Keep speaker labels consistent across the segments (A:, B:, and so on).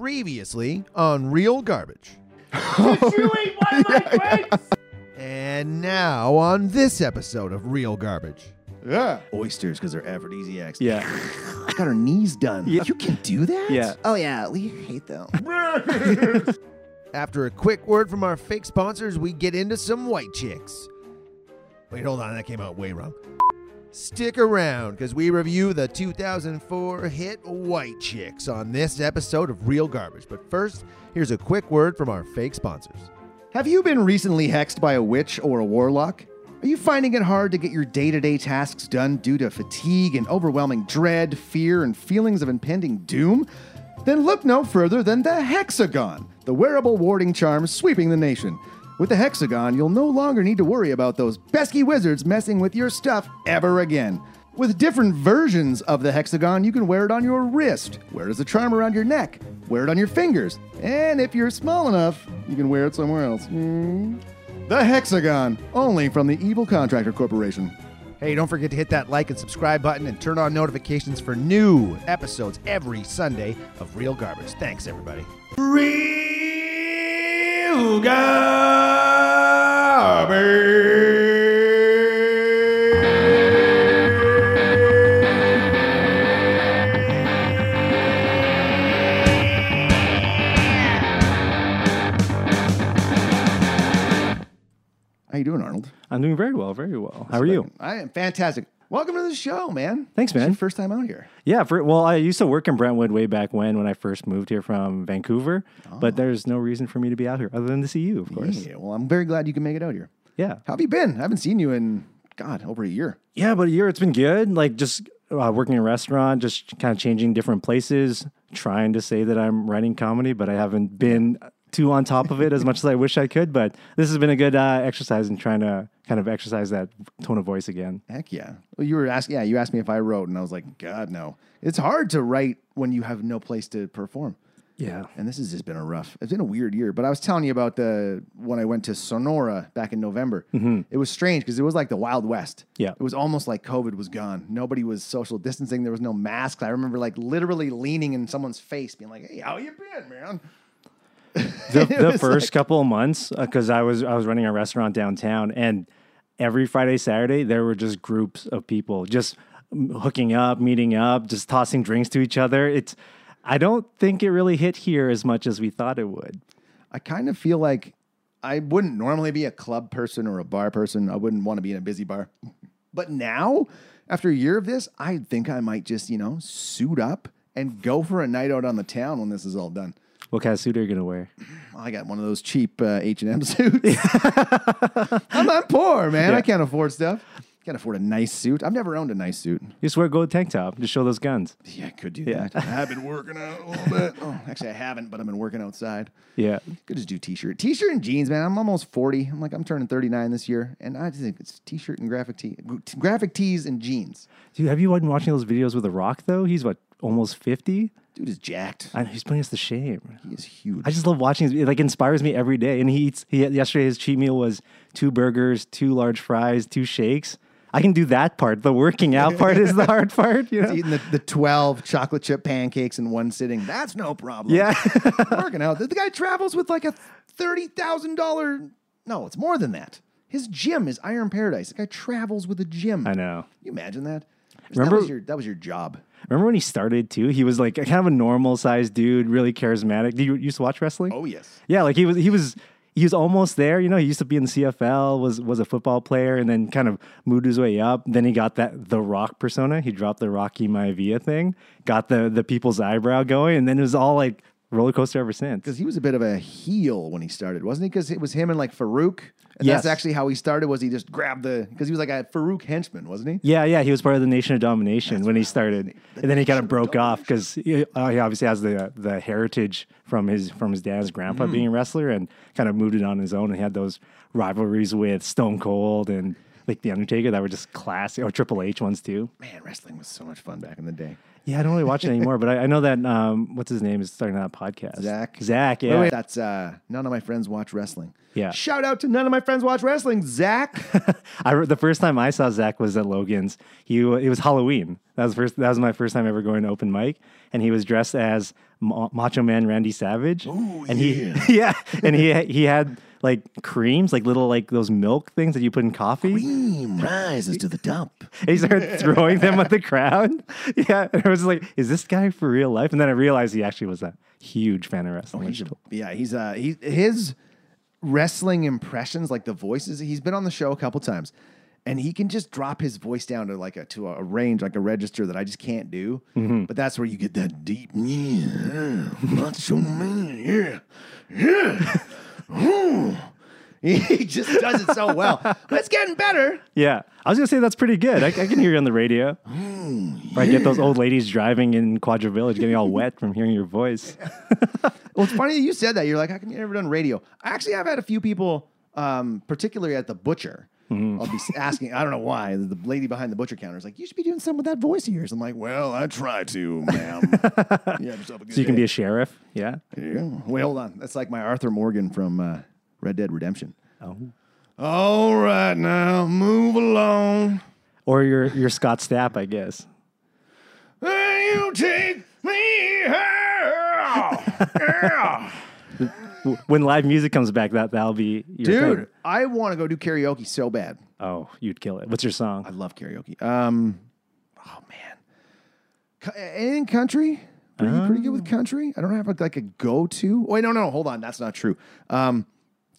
A: previously on Real Garbage.
B: Did you eat one of my grapes?
A: And now on this episode of Real Garbage.
B: Yeah.
A: Oysters, because they're aphrodisiacs.
C: Yeah.
A: I got her knees done.
C: Yeah.
A: You can do that?
C: Yeah.
A: Oh, yeah. We hate them. After a quick word from our fake sponsors, we get into some white chicks. Wait, hold on. That came out way wrong. Stick around because we review the 2004 hit White Chicks on this episode of Real Garbage. But first, here's a quick word from our fake sponsors.
D: Have you been recently hexed by a witch or a warlock? Are you finding it hard to get your day to day tasks done due to fatigue and overwhelming dread, fear, and feelings of impending doom? Then look no further than the Hexagon, the wearable warding charm sweeping the nation. With the Hexagon, you'll no longer need to worry about those pesky wizards messing with your stuff ever again. With different versions of the hexagon, you can wear it on your wrist, wear it as a charm around your neck, wear it on your fingers, and if you're small enough, you can wear it somewhere else. Mm. The hexagon, only from the Evil Contractor Corporation.
A: Hey, don't forget to hit that like and subscribe button and turn on notifications for new episodes every Sunday of Real Garbage. Thanks, everybody.
B: Real garbage.
D: How you doing, Arnold? Uh,
C: I'm doing very well, very well. How are you?
D: I am fantastic. Welcome to the show, man.
C: Thanks,
D: It's
C: man.
D: your first time out here.
C: Yeah, for, well, I used to work in Brentwood way back when when I first moved here from Vancouver, but there's no reason for me to be out here other than to see you, of course.
D: Yeah, well, I'm very glad you can make it out here.
C: Yeah.
D: How have you been? I haven't seen you in, God, over a year.
C: Yeah, but a year it's been good. Like just uh, working in a restaurant, just kind of changing different places, trying to say that I'm writing comedy, but I haven't been too on top of it as much as I wish I could. But this has been a good uh, exercise in trying to kind of exercise that tone of voice again.
D: Heck yeah. Well, you were asking, yeah, you asked me if I wrote, and I was like, God, no. It's hard to write when you have no place to perform.
C: Yeah.
D: And this has just been a rough, it's been a weird year. But I was telling you about the when I went to Sonora back in November. It was strange because it was like the Wild West.
C: Mm-hmm. Yeah.
D: It was almost like COVID was gone. Nobody was social distancing. There was no masks. I remember like literally leaning in someone's face, being like, hey, how you been, man?
C: the, the
D: was
C: first couple of months because I was I was running a restaurant downtown and every Friday Saturday there were just groups of people just mm, hooking up, meeting up, just tossing drinks to each other. It's I don't think it really hit here as much as we thought it would.
D: I kind of feel like I wouldn't normally be a club person or a bar person. I wouldn't want to be in a busy bar. But now, after a year of this, I think I might just, you know, suit up and go for a night out on the town when this is all done.
C: What kind of suit are you gonna wear?
D: I got one of those cheap uh, H&M suits. I'm, I'm poor, man. I can't afford stuff. Can't afford a nice suit. I've never owned a nice suit.
C: You just wear a gold tank top to show those guns.
D: Yeah, I could do that. I've been working out a little bit. Oh, actually, I haven't, but I've been working outside.
C: Yeah.
D: Could just do t-shirt, t-shirt and jeans, man. I'm almost forty. I'm like I'm turning thirty nine this year, and I just think it's t-shirt and graphic tee, graphic tees and jeans.
C: Dude, have you been watching those videos with The Rock though? He's what almost fifty?
D: Dude is jacked.
C: I know he's putting us to shame.
D: He is huge.
C: I just love watching. his- It like inspires me every day. And he eats. He yesterday his cheat meal was two burgers, two large fries, two shakes. I can do that part. The working out part is the hard part. You know?
D: He's eating the, the twelve chocolate chip pancakes in one sitting. That's no problem.
C: Yeah.
D: working out. The guy travels with like a thirty thousand dollar. No, it's more than that. His gym is Iron Paradise. The guy travels with a gym.
C: I know.
D: Can you imagine that?
C: Remember-
D: that was your that was your job.
C: Remember when he started too? He was like a kind of a normal sized dude, really charismatic. Do you, you used to watch wrestling?
D: Oh yes.
C: Yeah, like he was he was he was almost there. You know, he used to be in the CFL, was was a football player, and then kind of moved his way up. Then he got that the Rock persona. He dropped the Rocky Maivia thing, got the the people's eyebrow going, and then it was all like roller coaster ever since.
D: because he was a bit of a heel when he started, wasn't he? Because it was him and like Farouk. And
C: Yes.
D: that's actually how he started. Was he just grabbed the? Because he was like a Farouk henchman, wasn't he?
C: Yeah, yeah, he was part of the Nation of Domination when he started, and then he kind of broke off because he, uh, he obviously has the the heritage from his from his dad's grandpa
D: Mm.
C: being a wrestler, and kind of moved it on his own. And he had those rivalries with Stone Cold and like the Undertaker that were just classic, or Triple H ones too.
D: Man, wrestling was so much fun back in the day.
C: Yeah, I don't really watch it anymore, but I, I know that um, what's his name is starting that podcast.
D: Zach.
C: Zach. Yeah.
D: Wait, wait, that's uh, none of my friends watch wrestling.
C: Yeah.
D: Shout out to none of my friends watch wrestling, Zach.
C: I re- the first time I saw Zach was at Logan's. He w- it was Halloween. That was first. That was my first time ever going to open mic, and he was dressed as Ma- Macho Man Randy Savage. and he yeah, and he he had like creams, like little like those milk things that you put in coffee.
D: Cream rises to the top.
C: And he started throwing them at the crowd. Yeah, and I was like, "Is this guy for real life?" And then I realized he actually was a huge fan of wrestling.
D: Oh, He's a- yeah, he's uh he his wrestling impressions, like the voices, he's been on the show a couple times. And he can just drop his voice down to like a to a range, like a register that I just can't do. But that's where you get that deep, yeah, macho man, yeah, yeah. Ooh." he just does it so well. But it's getting better.
C: Yeah, I was gonna say that's pretty good. I, I can hear you on the radio.
D: Mm,
C: Or I get those old ladies driving in Quadra Village getting all wet from hearing your voice.
D: Well, it's funny that you said that. You're like, how come you never done radio? I actually have had a few people, um, particularly at the butcher.
C: Mm-hmm.
D: I'll be asking. I don't know why the lady behind the butcher counter is like, "You should be doing something with that voice of yours." I'm like, "Well, I try to, ma'am." you have yourself a good
C: So you can be a sheriff. Yeah.
D: Wait, hold on. That's like my Arthur Morgan from uh, Red Dead Redemption.
C: Oh.
D: All right, now move along.
C: Or you're you're Scott Stapp, I guess.
D: And you take me here.
C: W- When live music comes back, that that'll be your
D: Dude,
C: thing.
D: I want to go do karaoke so bad.
C: Oh, you'd kill it. What's your
D: I
C: song?
D: love karaoke. Um, oh man, Co- anything country? Pretty, pretty good with country. I don't have like, like a go to. Wait, no, no, hold on, that's not true. Um,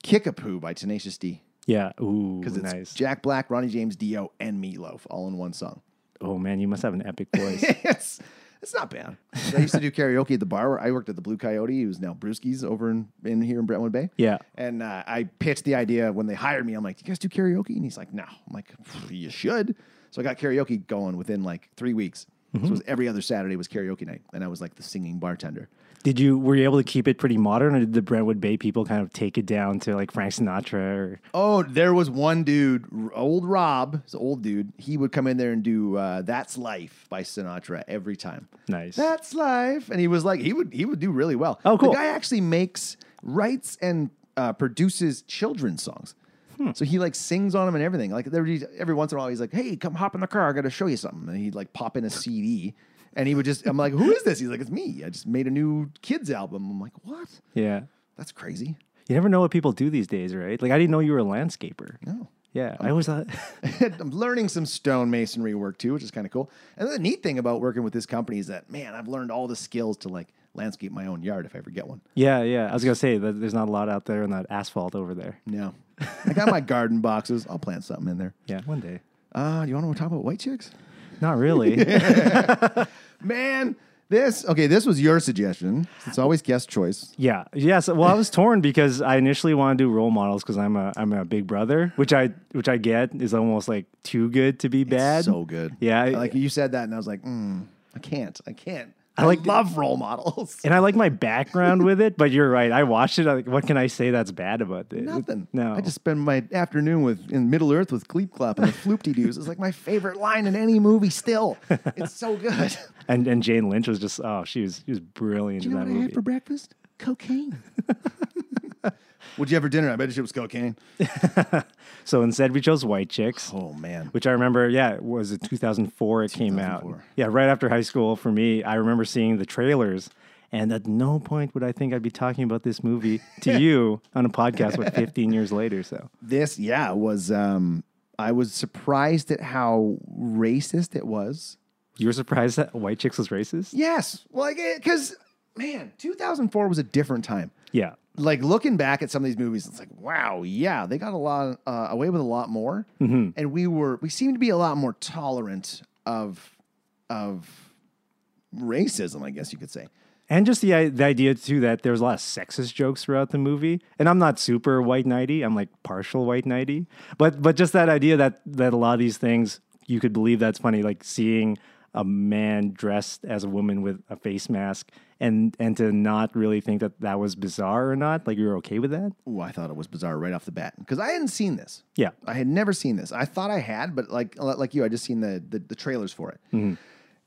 D: Kickapoo by Tenacious D
C: Yeah. Ooh,
D: because it's
C: nice.
D: Jack Black, Ronnie James Dio, and Meatloaf all in one song.
C: oh man, you must have an epic voice.
D: it's it's not bad. I used to do karaoke at the bar where I worked at the Blue Coyote, who's now Brewski's over in, in here in Brentwood Bay.
C: yeah.
D: And uh, I pitched the idea when they hired me. I'm like, "Do you guys do karaoke?" And he's like, "No." I'm like, "You should." So I got karaoke going within like three weeks. So it was every other Saturday was karaoke night, and I was like the singing bartender.
C: Did you were you able to keep it pretty modern, or did the Brentwood Bay people kind of take it down to like Frank Sinatra? Or,
D: Oh, there was one dude, R- old Rob, he's an old dude. He would come in there and do uh, "That's Life" by Sinatra every time.
C: Nice.
D: That's life, and he was like, he would he would do really well.
C: Oh, cool.
D: The guy actually makes, writes, and uh, produces children's songs.
C: Hmm.
D: So he like sings on them and everything. Like there, he's- every once in a while, he's like, "Hey, come hop in the car. I got to show you something." And he'd like pop in a CD, and he would just, I'm like, "Who is this?" He's like, "It's me. I just made a new kids album." I'm like, "What?
C: yeah.
D: That's crazy."
C: You never know what people do these days, right? Like I didn't know you were a landscaper.
D: No.
C: Yeah, I always thought.
D: I'm learning some stonemasonry work too, which is kind of cool. And the neat thing about working with this company is that, man, I've learned all the skills to like landscape my own yard if I ever get one.
C: yeah, yeah. I was gonna say that there's not a lot out there on that asphalt over there.
D: No. I got my garden boxes. I'll plant something in there.
C: Yeah, one day.
D: Uh, you want to talk about white chicks?
C: Not really.
D: Man, this okay. This was your suggestion. It's always guest choice.
C: yeah, yes. Well, I was torn because I initially wanted to do role models because I'm a I'm a big brother, which I which I get is almost like too good to be bad.
D: So good.
C: Yeah, I-
D: Like you said that, and I was like, mm, I can't. I can't. I,
C: like-
D: love role models.
C: and I like my background with it, but you're right. I watched it. I'm like, what can I say that's bad about this?
D: Nothing.
C: No.
D: I just spend my afternoon with in Middle Earth with Gleep Clop and the Floopty Doos. It's like my favorite line in any movie. Still, it's so good.
C: and and Jane Lynch was just oh she was she was brilliant
D: You
C: in
D: know
C: that
D: what I
C: movie.
D: had for breakfast? Cocaine. What'd you have for dinner? I bet it was cocaine.
C: so instead, we chose White Chicks.
D: Oh man.
C: which I remember, yeah, it was it 2004 it came out.
D: 2004.
C: Yeah, right after high school for me, I remember seeing the trailers. And at no point would I think I'd be talking about this movie to you on a podcast with 15 years later. So,
D: this yeah was um i was surprised at how racist it was
C: you were surprised that White Chicks was racist?
D: yes like because man 2004 was a different time
C: Yeah.
D: like looking back at some of these movies it's like wow yeah they got a lot uh, away with a lot more and we were we seemed to be a lot more tolerant of of racism i guess you could say
C: And just the, i- the idea, too, that there was a lot of sexist jokes throughout the movie. And I'm not super white knighty, I'm like partial white knighty. But, but just that idea that, that a lot of these things you could believe that's funny, like seeing a man dressed as a woman with a face mask and, and to not really think that that was bizarre or not. Like you're okay with that?
D: Ooh, I thought it was bizarre right off the bat because I hadn't seen this.
C: Yeah.
D: I had never seen this. I thought I had, but like like you, I just seen the the, the trailers for it.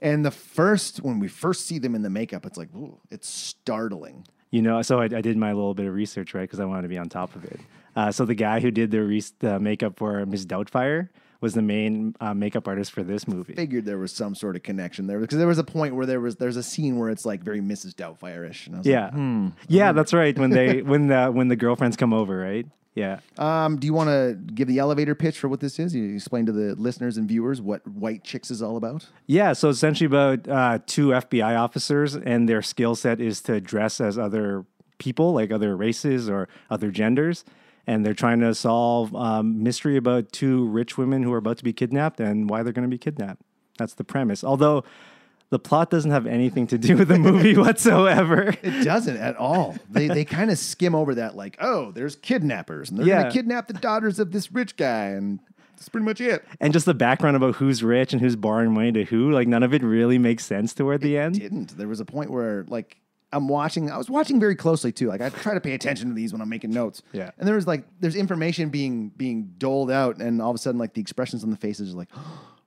D: And the first, when we first see them in the makeup, it's like, ooh, it's startling.
C: You know, so I, I did my little bit of research, right? Because I wanted to be on top of it. Uh, so the guy who did the, re- the makeup for Miss Doubtfire was the main uh, makeup artist for this movie.
D: Figured there was some sort of connection there because there was a point where there was there's a scene where it's like very Mrs. Doubtfire ish. And I was like,
C: Yeah, yeah, that's right. When they when the when the girlfriends come over, right? Yeah,
D: Um, do you want to give the elevator pitch for what this is? You explain to the listeners and viewers what White Chicks is all about.
C: yeah. So essentially, about uh, two FBI officers, and their skill set is to dress as other people, like other races or other genders, and they're trying to solve um, mystery about two rich women who are about to be kidnapped and why they're going to be kidnapped. That's the premise. Although. The plot doesn't have anything to do with the movie whatsoever.
D: It doesn't at all. They they kind of skim over that, like, oh, there's kidnappers, and they're
C: Yeah.
D: gonna kidnap the daughters of this rich guy, and that's pretty much it.
C: And just the background about who's rich and who's borrowing money to who, like none of it really makes sense toward the end.
D: Didn't. There was a point where like I'm watching. I was watching very closely too. Like I try to pay attention to these when I'm making notes.
C: Yeah.
D: And there was like there's information being being doled out, and all of a sudden like the expressions on the faces are like.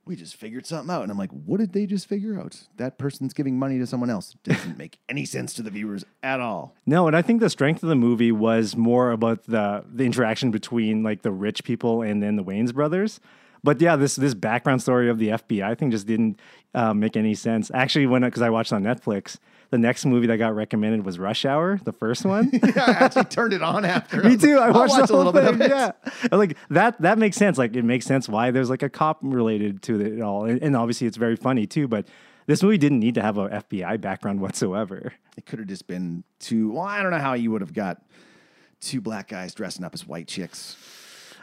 D: We just figured something out. And I'm like, what did they just figure out? That person's giving money to someone else. Doesn't make any sense to the viewers at all.
C: No, and I think the strength of the movie was more about the the interaction between like the rich people and then the Wayne's brothers. But yeah, this this background story of the FBI thing just didn't uh, make any sense. Actually, when because I watched on Netflix, the next movie that got recommended was Rush Hour, the first one.
D: I actually turned it on after.
C: Me too. I
D: I'll
C: watched
D: watch
C: the
D: a little
C: whole
D: bit of
C: thing,
D: it.
C: Yeah, I'm like that. That makes sense. Like it makes sense why there's like a cop related to it all, and, and obviously it's very funny too. But this movie didn't need to have a FBI background whatsoever.
D: It could have just been two. Well, I don't know how you would have got two black guys dressing up as white chicks.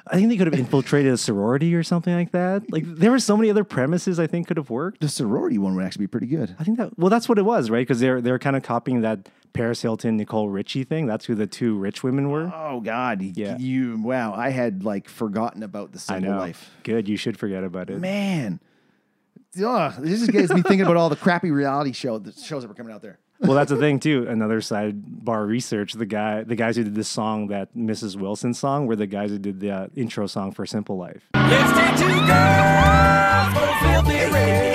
C: I think they could have infiltrated a sorority or something like that. Like there were so many other premises I think could have worked.
D: The sorority one would actually be pretty good.
C: I think that well, that's what it was, right? Because they're they're kind of copying that Paris Hilton, Nicole Richie thing. That's who the two rich women were.
D: Oh God, y-
C: Yeah.
D: you wow! I had like forgotten about the single life.
C: Good, you should forget about it.
D: Man, Ugh, this just gets me thinking about all the crappy reality show the shows that were coming out there.
C: well, that's the thing too. Another sidebar research: the guy, the guys who did the song that Mrs. Wilson song, were the guys who did the uh, intro song for Simple Life.
E: Let's take two girls, go feel the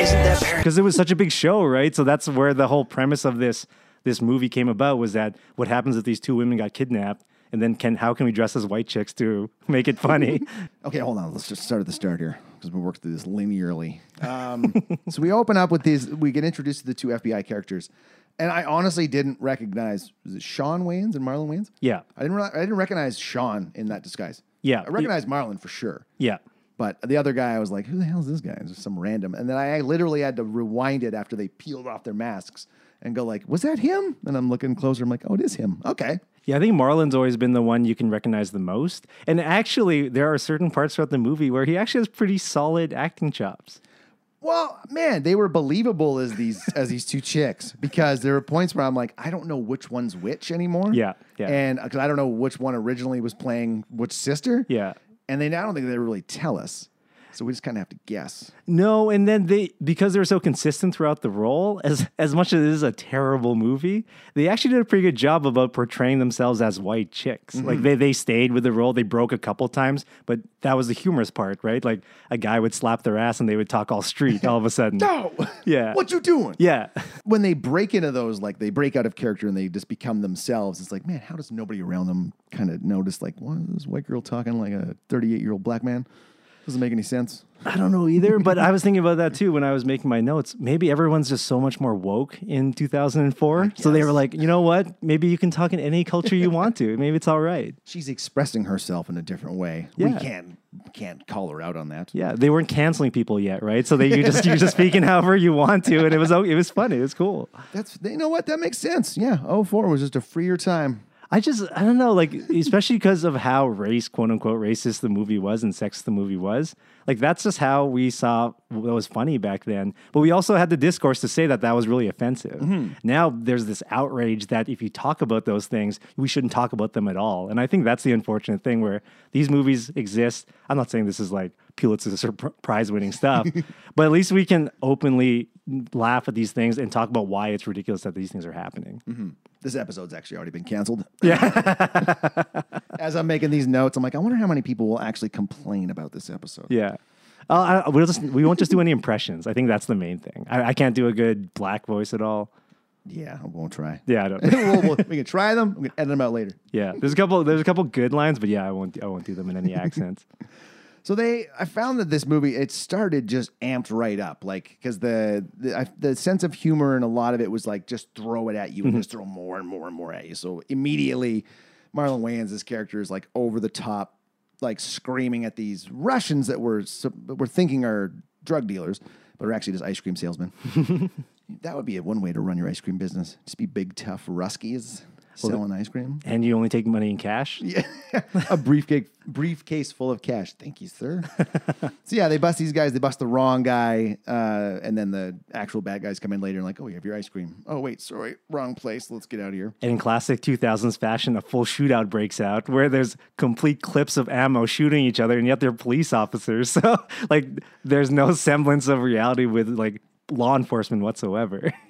E: Isn't that Paris?
C: because it was such a big show, right? So that's where the whole premise of this this movie came about was that what happens if these two women got kidnapped, and then can how can we dress as white chicks to make it funny?
D: Okay, hold on. Let's just start at the start here because we worked through this linearly. Um, so we open up with these. We get introduced to the two FBI characters, and I honestly didn't recognize was it Sean Wayans and Marlon Wayans.
C: yeah,
D: I didn't. Re- I didn't recognize Sean in that disguise.
C: Yeah.
D: I recognized Marlon for sure.
C: yeah.
D: But the other guy, I was like, who the hell is this guy? It's just some random. And then I literally had to rewind it after they peeled off their masks and go like, was that him? And I'm looking closer. I'm like, oh, it is him. Okay.
C: Yeah, I think Marlon's always been the one you can recognize the most. And actually, there are certain parts throughout the movie where he actually has pretty solid acting chops.
D: Well, man, they were believable as these as these two chicks because there were points where I'm like, I don't know which one's which anymore.
C: Yeah, yeah.
D: And because I don't know which one originally was playing which sister.
C: Yeah.
D: And then I don't think they really tell us, so we just kind of have to guess.
C: No, and then they because they were so consistent throughout the role, as as much as it is a terrible movie, they actually did a pretty good job about portraying themselves as white chicks. Like they they stayed with the role. They broke a couple times, but that was the humorous part, right? Like a guy would slap their ass and they would talk all street all of a sudden.
D: No.
C: Yeah.
D: what you doing?
C: Yeah.
D: when they break into those, like they break out of character and they just become themselves, it's like, man, how does nobody around them kind of notice, like, why is this white girl talking like a 38 year old black man? Doesn't make any sense.
C: I don't know either, but I was thinking about that too when I was making my notes. Maybe everyone's just so much more woke in 2004. So they were like, you know what? Maybe you can talk in any culture you want to. Maybe it's all right.
D: She's expressing herself in a different way. We
C: Yeah.
D: can't can't call her out on that.
C: Yeah, they weren't canceling people yet, right? So they you just you just speaking however you want to, and it was o- it was funny, it was cool.
D: That's you know what? That makes sense. Yeah. Oh four was just a freer time.
C: I just I don't know, like especially because of how race quote unquote racist the movie was and sexist the movie was. Like that's just how we saw what was funny back then. But we also had the discourse to say that that was really offensive. Now there's this outrage that if you talk about those things, we shouldn't talk about them at all. And I think that's the unfortunate thing where these movies exist. I'm not saying this is like Pulitzer Prize winning stuff, but at least we can openly laugh at these things and talk about why it's ridiculous that these things are happening.
D: This episode's actually already been canceled. Yeah. As I'm making these notes, I'm like, I wonder how many people will actually complain about this episode.
C: Yeah. Uh, I, we'll just we won't just do any impressions. I think that's the main thing. I, I can't do a good black voice at all.
D: Yeah, I won't try.
C: Yeah, I don't.
D: We'll- we'll- we can try them. We can edit them out later.
C: yeah. There's a couple. There's a couple good lines, but yeah, I won't. I won't do them in any accents.
D: So they, I found that this movie it started just amped right up, like because the the, I, the sense of humor and a lot of it was like just throw it at you and just throw more and more and more at you. So immediately, Marlon Wayans' character is like over the top, like screaming at these Russians that were sup- that we're thinking are drug dealers, but are actually just ice cream salesmen. that would be one way to run your ice cream business: just be big tough Ruskies selling ice cream.
C: And you only take money in cash.
D: Yeah. a briefcase briefcase full of cash. Thank you, sir. so yeah, they bust these guys. They bust the wrong guy, uh, and then the actual bad guys come in later and like, oh, you have your ice cream. Oh wait, sorry, wrong place. Let's get out of here.
C: And in classic 2000s fashion, a full shootout breaks out where there's complete clips of ammo shooting each other, and yet they're police officers. So, like, there's no semblance of reality with like law enforcement whatsoever.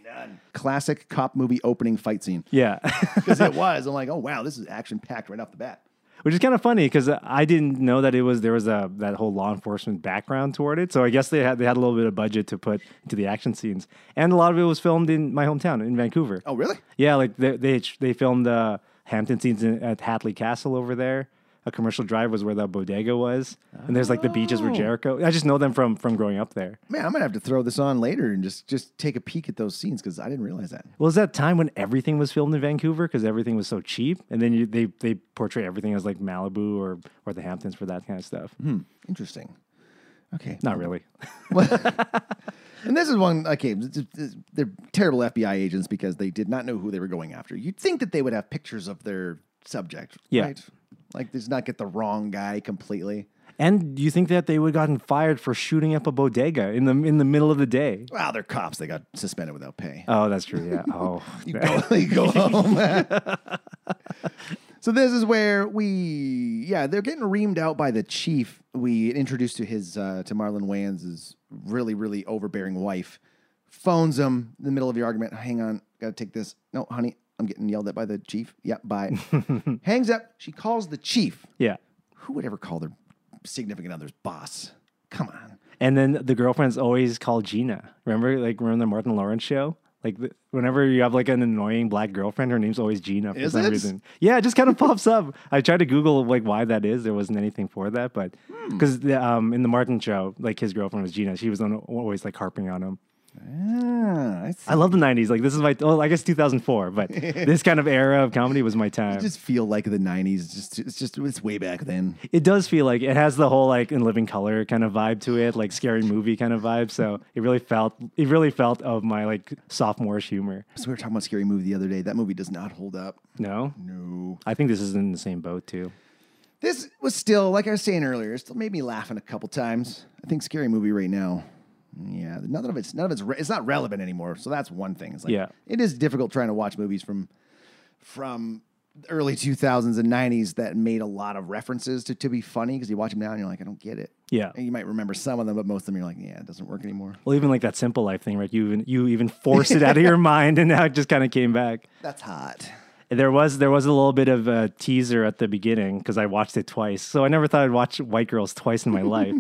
D: Classic cop movie opening fight scene
C: yeah.
D: because it was. I'm like, oh wow, this is action packed right off the bat.
C: Which is kind of funny because I didn't know that it was there was a that whole law enforcement background toward it. So I guess they had they had a little bit of budget to put into the action scenes, and a lot of it was filmed in my hometown in Vancouver.
D: Oh really?
C: Yeah, like they they, they filmed the Hampton scenes in, at Hatley Castle over there. A commercial drive was where the bodega was, and there's like the beaches where Jericho. I just know them from from growing up there.
D: Man, I'm gonna have to throw this on later and just just take a peek at those scenes because I didn't realize that.
C: Well, was that time when everything was filmed in Vancouver because everything was so cheap, and then you, they they portray everything as like Malibu or or the Hamptons for that kind of stuff.
D: Interesting. Okay,
C: Not really.
D: And this is one, okay, th- th- they're terrible FBI agents because they did not know who they were going after. You'd think that they would have pictures of their subject,
C: Yeah.
D: right? Like, they did not get the wrong guy completely.
C: And you think that they would have gotten fired for shooting up a bodega in the in the middle of the day?
D: Wow, they're cops. They got suspended without pay.
C: Oh, that's true. Yeah. Oh,
D: You go, you go home. so this is where we, yeah, they're getting reamed out by the chief. We introduced to his uh, to Marlon Wayans' really really overbearing wife. Phones him in the middle of the argument. Hang on, gotta take this. No, honey, I'm getting yelled at by the chief. Yep, bye. Hangs up. She calls the chief.
C: yeah.
D: Who would ever call their significant other's boss? Come on.
C: And then the girlfriend's always called Gina. Remember, like remember the Martin Lawrence show. Like the, whenever you have like an annoying black girlfriend, her name's always Gina for
D: Is
C: some
D: it?
C: reason. Yeah, it just kind of pops up. I tried to Google like why that is. There wasn't anything for that, but
D: Hmm.
C: because um, in the Martin show, like his girlfriend was Gina. She was on, always like harping on him.
D: Ah, I see.
C: I love the '90s. Like this is my oh, I guess 2004, but this kind of era of comedy was my time.
D: I just feel like the '90s. It's Just it's just it's way back then.
C: It does feel like it has the whole like in living color kind of vibe to it, like scary movie kind of vibe. So it really felt it really felt of my like sophomorish humor.
D: So we were talking about scary movie the other day. That movie does not hold up.
C: No,
D: No.
C: I think this is in the same boat too.
D: This was still, like I was saying earlier, it still made me laughing a couple times. I think scary movie right now. Yeah, none of it's none of it's re- it's not relevant anymore. So that's one thing. It's like
C: Yeah.
D: it is difficult trying to watch movies from from early 2000s and 90s that made a lot of references to to be funny because you watch them now and you're like I don't get it.
C: Yeah.
D: And you might remember some of them but most of them you're like yeah, it doesn't work anymore.
C: Well, even like that simple life thing, right? You even you even forced it out of your mind, and now it just kind of came back.
D: That's hot.
C: There was there was a little bit of a teaser at the beginning because I watched it twice. So I never thought I'd watch White Girls twice in my life.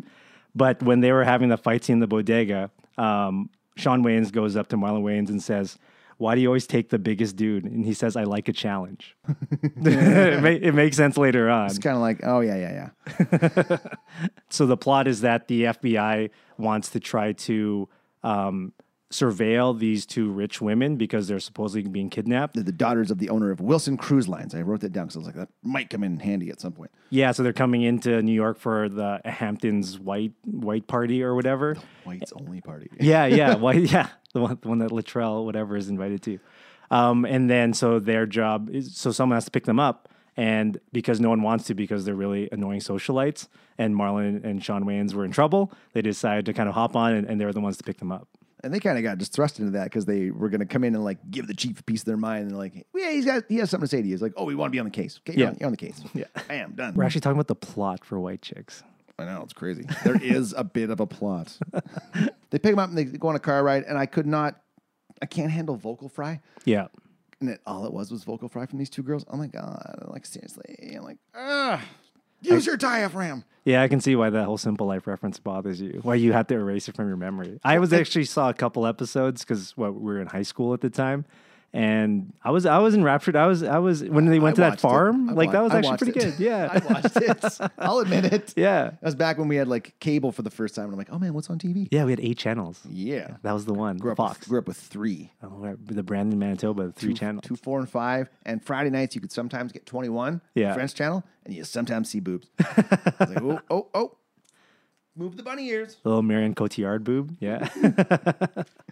C: But when they were having the fight scene in the bodega, um, Sean Wayans goes up to Marlon Wayans and says, "Why do you always take the biggest dude?" And he says, "I like a challenge." it, ma- it makes sense later on.
D: It's kind of like, oh yeah, yeah, yeah.
C: So the plot is that the FBI wants to try to um, surveil these two rich women because they're supposedly being kidnapped.
D: They're the daughters of the owner of Wilson Cruise Lines. I wrote that down because I was like, that might come in handy at some point.
C: Yeah, so they're coming into New York for the Hamptons white white party or whatever.
D: Whites only party.
C: Yeah, yeah, white, yeah. The one, the one that Latrell whatever is invited to. Um, and then so their job is so someone has to pick them up, and because no one wants to because they're really annoying socialites, and Marlon and Sean Wayans were in trouble, they decided to kind of hop on, and, and they're the ones to pick them up.
D: And they kind of got just thrust into that because they were going to come in and like give the chief a piece of their mind. And they're like, yeah, he's got, he has something to say to you. It's like, oh, we want to be on the case. Okay, you're,
C: Yeah.
D: on, you're on the case. Yeah. Bam, done.
C: We're actually talking about the plot for White Chicks.
D: I know, it's crazy. There is a bit of a plot. they pick him up and they go on a car ride. And I could not, I can't handle vocal fry.
C: Yeah.
D: And it, all it was was vocal fry from these two girls. Oh my God. Like, seriously. I'm like, ah, Use your diaphragm.
C: Yeah, I can see why that whole simple life reference bothers you. Why you have to erase it from your memory. I was actually saw a couple episodes because what we were in high school at the time, and I was I was enraptured. I was I was when they went
D: I
C: to that
D: watched it.
C: farm.
D: I
C: Like that
D: wa-
C: was
D: I
C: actually
D: watched
C: pretty
D: it.
C: good. Yeah,
D: I watched it. I'll admit it.
C: yeah,
D: That was back when we had like cable for the first time. And I'm like, oh man, what's on TV?
C: yeah. We had eight channels.
D: Yeah.
C: That was the one.
D: Grew up,
C: Fox.
D: With, grew up with three.
C: Oh, right, the brand in Manitoba, the three channels.
D: Two, four, and five. And Friday nights, you could sometimes get 21,
C: Yeah.
D: French channel, and you sometimes see boobs. I was like, oh, oh, oh. Move the bunny ears.
C: Little Marion Cotillard boob. Yeah.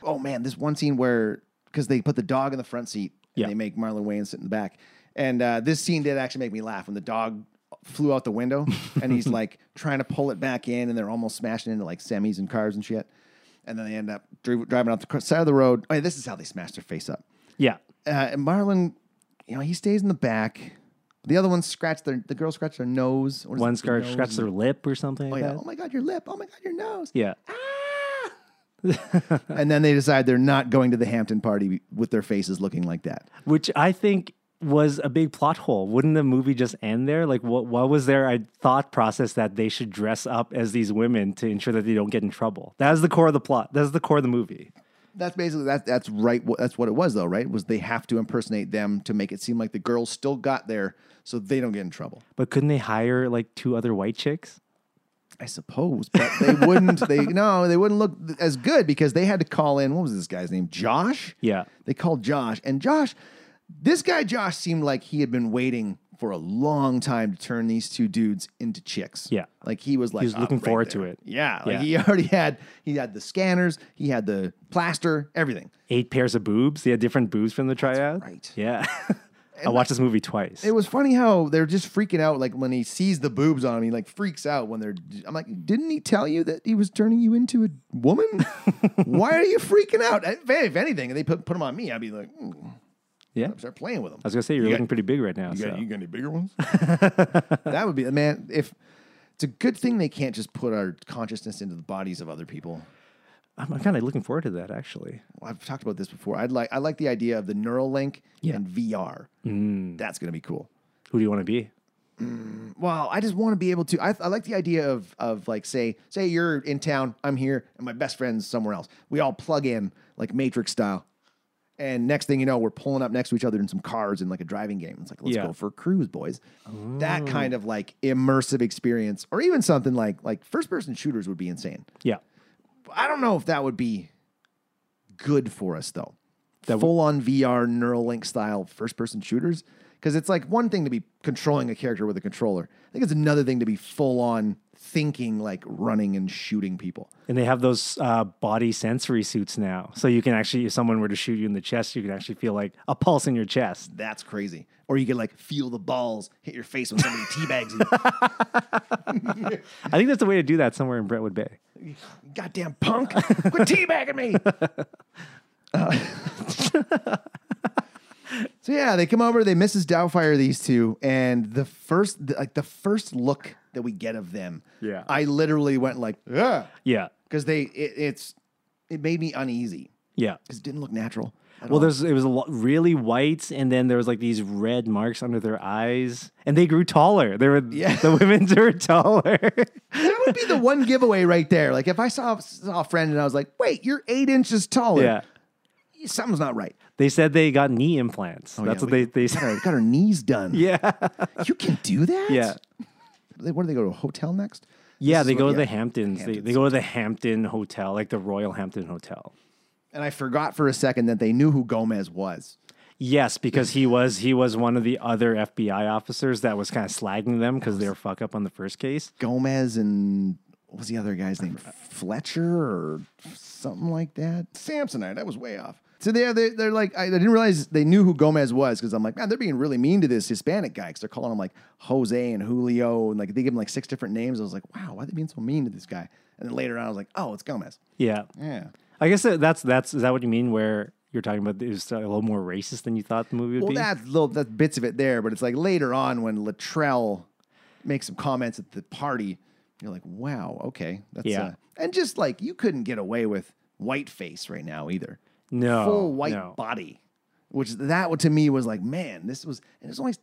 D: Oh, man, this one scene where, because they put the dog in the front seat and
C: Yeah.
D: they make Marlon Wayans sit in the back. And uh, this scene did actually make me laugh when the dog flew out the window and he's like trying to pull it back in and they're almost smashing into like semis and cars and shit. And then they end up dri- driving out the cr- side of the road. Oh, yeah, this is how they smash their face up.
C: yeah.
D: uh, and Marlon, you know, he stays in the back. The other one scratched their the girl scratched their nose. What is
C: One
D: it?
C: scar
D: nose
C: scratched
D: and-
C: their lip or something
D: Oh,
C: like
D: yeah.
C: that.
D: oh my god, your lip. Oh my god, your nose.
C: Yeah.
D: And then they decide they're not going to the Hampton party with their faces looking like that.
C: Which I think was a big plot hole. Wouldn't the movie just end there? Like what what was their I thought process that they should dress up as these women to ensure that they don't get in trouble? That is the core of the plot. That's the core of the movie.
D: That's basically that. That's right. wh- That's what it was though, right? Was they have to impersonate them to make it seem like the girls still got there, so they don't get in trouble.
C: But couldn't they hire like two other white chicks?
D: I suppose, but they wouldn't. They no, they wouldn't look th- as good because they had to call in. What was this guy's name? Josh.
C: Yeah.
D: They called Josh, and Josh, this guy Josh seemed like he had been waiting for a long time to turn these two dudes into chicks.
C: Yeah.
D: like he was like
C: was
D: up
C: looking
D: right
C: forward to
D: there.
C: it.
D: Yeah, like
C: Yeah.
D: he already had he had the scanners, he had the plaster, everything.
C: Eight pairs of boobs. They had different boobs from the tryout.
D: right.
C: Yeah. I watched this movie twice.
D: It was funny how they're just freaking out. Like when he sees the boobs on him, he like freaks out when they're. I'm like, didn't he tell you that he was turning you into a woman? Why are you freaking out? If, if anything, and they put put them on me, I'd be like, "Ooh,
C: yeah. I
D: start playing with them.
C: was gonna say you're
D: You got-
C: looking pretty big right now.
D: You
C: so.
D: got, you got any bigger ones? that would be man. If it's a good thing they can't just put our consciousness into the bodies of other people.
C: I'm kind of looking forward to that actually.
D: Well, I've talked about this before. I'd like I like the idea of the neural link
C: Yeah.
D: and VR. That's gonna be cool.
C: Who do you want to be?
D: Well, I just want to be able to. I, I like the idea of of like say say you're in town, I'm here, and my best friend's somewhere else. We all plug in like Matrix style, and next thing you know, we're pulling up next to each other in some cars in like a driving game. It's like let's
C: Yeah.
D: go for a cruise, boys. That kind of like immersive experience, or even something like like first person shooters would be insane.
C: Yeah.
D: I don't know if that would be good for us though.
C: That w-
D: Full on VR Neuralink style first person shooters. Because it's like one thing to be controlling a character with a controller. I think it's another thing to be full on thinking like running and shooting people.
C: And they have those uh, body sensory suits now. So you can actually, if someone were to shoot you in the chest, you can actually feel like a pulse in your chest.
D: That's crazy. Or you could like feel the balls hit your face when somebody teabags you.
C: I think that's the way to do that somewhere in Brentwood Bay.
D: Goddamn punk, quit teabagging me. Uh, so yeah, they come over, they Mrs. Doubtfire these two, and the first the, like the first look that we get of them,
C: Yeah.
D: I literally went like, yeah,
C: Yeah.
D: because they it, it's it made me uneasy
C: Yeah.
D: because it didn't look natural. at
C: Well,
D: all.
C: there's it was a lot, really white, and then there was like these red marks under their eyes, and they grew taller. They were
D: Yeah.
C: the women grew taller.
D: that would be the one giveaway right there. Like if I saw saw a friend and I was like, wait, you're eight inches taller,
C: yeah,
D: something's not right.
C: they said they got knee implants. that's
D: Oh, yeah,
C: what
D: we-
C: they they
D: Got
C: said.
D: her, got her knees done.
C: Yeah,
D: You can do that.
C: yeah,
D: They- Where do they go to a hotel next? This
C: yeah.
D: is
C: They
D: what-
C: go to the Hamptons. They, they
D: Hamptons.
C: go to the Hampton Hotel, like the Royal Hampton Hotel.
D: And I forgot for a second that they knew who Gomez was.
C: Yes, because he was he was one of the other FBI officers that was kind of slagging them because they were fuck up on the first case.
D: Gomez and what was the other guy's name? Fletcher or something like that. Samsonite. That was way off. So they they they're like I, I didn't realize they knew who Gomez was because I'm like man they're being really mean to this Hispanic guy because they're calling him like Jose and Julio and like they give him like six different names. I was like wow why are they being so mean to this guy? And then later on I was like oh it's Gomez.
C: Yeah,
D: Yeah.
C: I guess that- that's that's is that what you mean where you're talking about it was a little more racist than you thought the movie would
D: Well,
C: be.
D: that's little that's bits of it there, but it's like later on when Latrell makes some comments at the party, you're like, wow, okay, that's
C: Yeah.
D: Uh, and just like you couldn't get away with white face right now either,
C: no,
D: full white
C: no.
D: body, which that to me was like, man, this was and it's only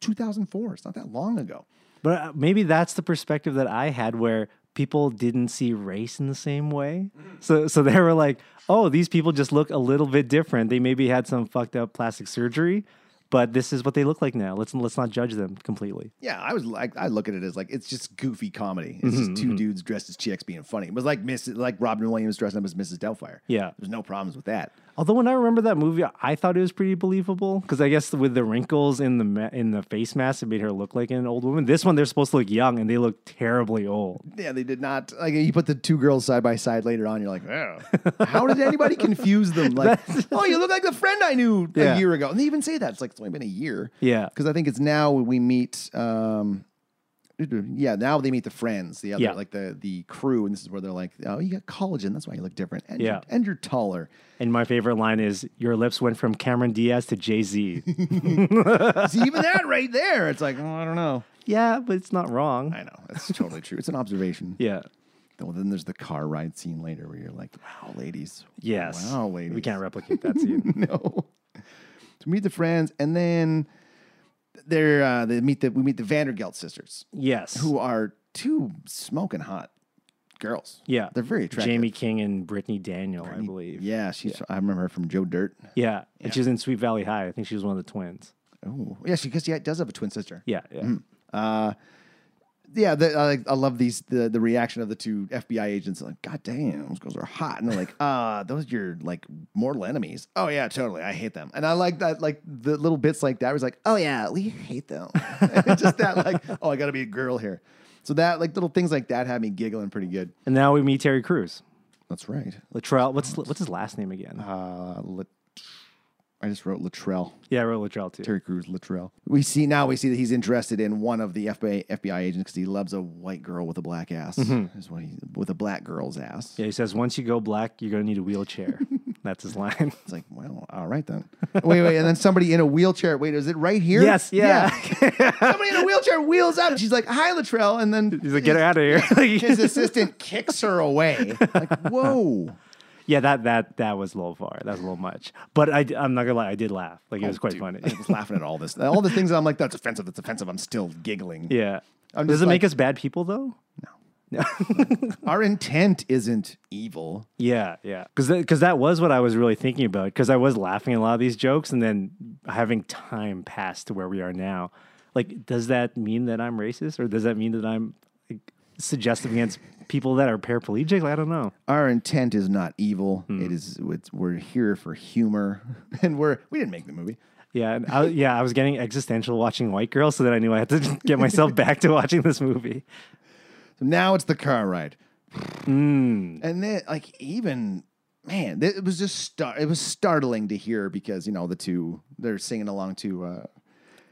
D: 2004. It's not that long ago.
C: But uh, maybe that's the perspective that I had where people didn't see race in the same way.
D: Mm-hmm.
C: So so they were like, "Oh, these people just look a little bit different. They maybe had some fucked up plastic surgery, but this is what they look like now. Let's let's not judge them completely."
D: Yeah, I was like, I look at it as like it's just goofy comedy. It's
C: Mm-hmm,
D: just 2 dudes dressed as chicks being funny. It was like Miss, like Robin Williams dressing up as Mrs. Doubtfire.
C: Yeah.
D: there's no problems with that.
C: Although when I remember that movie, I thought it was pretty believable because I guess with the wrinkles in the ma- in the face mask, it made her look like an old woman. This one, they're supposed to look young, and they look terribly old.
D: Yeah, they did not. Like you put the two girls side by side later on, you're like, oh, how did anybody confuse them? Like, oh, you look like the friend I knew
C: Yeah.
D: a year ago, and they even say that it's like it's only been a year.
C: Yeah.
D: because I think it's now we meet. um yeah, now they meet the friends, the other
C: Yeah.
D: like the the crew, and this is where they're like, "Oh, you got collagen, that's why you look different." And
C: Yeah.
D: you're, and you're taller.
C: And my favorite line is, "Your lips went from Cameron Diaz to Jay Z."
D: See, even that right there, it's like, oh, I don't know.
C: yeah, but it's not wrong.
D: I know that's totally true. It's an observation.
C: Yeah.
D: Well, then there's the car ride scene later where you're like, wow, ladies.
C: Yes.
D: Wow, ladies.
C: We can't replicate that scene.
D: no. To meet the friends, and then they're uh, they meet the we meet the Vandergelt sisters,
C: yes.
D: who are two smoking hot girls.
C: yeah.
D: they're very attractive.
C: Jamie King and Brittany Daniel, I believe. Yeah.
D: Yeah, she's. I remember her from Joe Dirt.
C: And she's in Sweet Valley High. I think she was one of the twins.
D: Oh, yeah, she because she does have a twin sister.
C: Yeah. Yeah.
D: Mm. Yeah, the, I, I love these the, the reaction of the two FBI agents. Like, God damn, those girls are hot, and they're like, uh, those are your like mortal enemies. Oh yeah, totally, I hate them. And I like that, like the little bits like that. Was like, oh yeah, we hate them. Just that, like, oh, I got to be a girl here. So that, like, little things like that had me giggling pretty good.
C: And now we meet Terry Crews.
D: That's right.
C: Latrell. What's what's his last name again?
D: Uh, Lat- I just wrote Latrell.
C: yeah, I wrote Latrell too.
D: Terry Crews Latrell. We see now we see that he's interested in one of the FBI FBI agents because he loves a white girl with a black ass. Is what he with a black girl's ass.
C: Yeah, he says once you go black, you're gonna need a wheelchair. That's his line.
D: It's like, well, all right then. wait, wait, and then somebody in a wheelchair. Wait, is it right here?
C: Yes, yeah.
D: somebody in a wheelchair wheels up. She's like, "Hi, Latrell," and then
C: He's like, get her out of here.
D: his
C: Like,
D: assistant kicks her away. Like, whoa.
C: yeah, that that that was a little far. That was a little much. But I, am not gonna lie, I did laugh. Like it was quite
D: Oh, Dude,
C: funny.
D: I was laughing at all this. All the things I'm like, that's offensive. That's offensive. I'm still giggling.
C: yeah.
D: I'm
C: Does
D: just
C: it make
D: like-
C: us bad people though?
D: Our intent isn't evil.
C: Yeah, yeah. Because because that was what I was really thinking about. Because I was laughing at a lot of these jokes, and then having time pass to where we are now. Like, does that mean that I'm racist, or does that mean that I'm like, suggestive against people that are paraplegic? I don't know.
D: our intent is not evil. It is it's, we're here for humor, and we're we didn't make the movie.
C: Yeah, and I, yeah. I was getting existential watching White Girl, so then I knew I had to get myself back to watching this movie.
D: So now it's the car ride,
C: Mm.
D: and then like even man, th- it was just star- it was startling to hear because you know the two they're singing along to. Uh,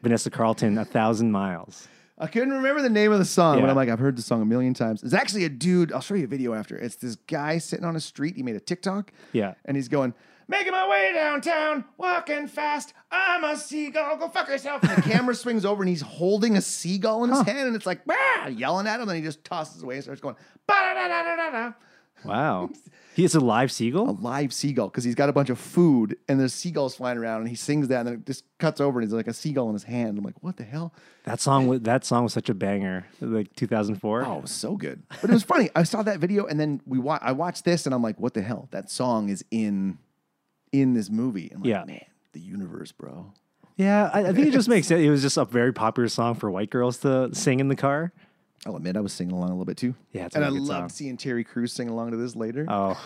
C: Vanessa Carlton, A Thousand Miles.
D: I couldn't remember the name of the song, but
C: Yeah.
D: I'm like, I've heard the song a million times. It's actually a dude. I'll show you a video after. It's this guy sitting on a street. He made a TikTok.
C: Yeah.
D: and he's going.
B: Making my way downtown, walking fast. I'm a seagull. Go fuck yourself.
D: The camera swings over and he's holding a seagull in his hand, and it's like, "Bah," yelling at him, and he just tosses it away and starts going, "Ba-da-da-da-da-da-da."
C: Wow, he is a live seagull.
D: live seagull because he's got a bunch of food and there's seagulls flying around and he sings that and then it just cuts over and he's like a seagull in his hand. I'm like, what the hell?
C: That song. wa- That song was such a banger. Like 2004.
D: Oh, it was so good. But it was funny. I saw that video and then we wa- I watched this and I'm like, what the hell? That song is in in this movie. And like,
C: Yeah.
D: man, the universe, bro.
C: Yeah, I, I think it just makes sense. It was just a very popular song for white girls to sing in the car.
D: I'll admit I was singing along a little bit too.
C: Yeah, it's a
D: and I
C: really good
D: loved
C: song.
D: seeing Terry Crews sing along to this later.
C: Oh,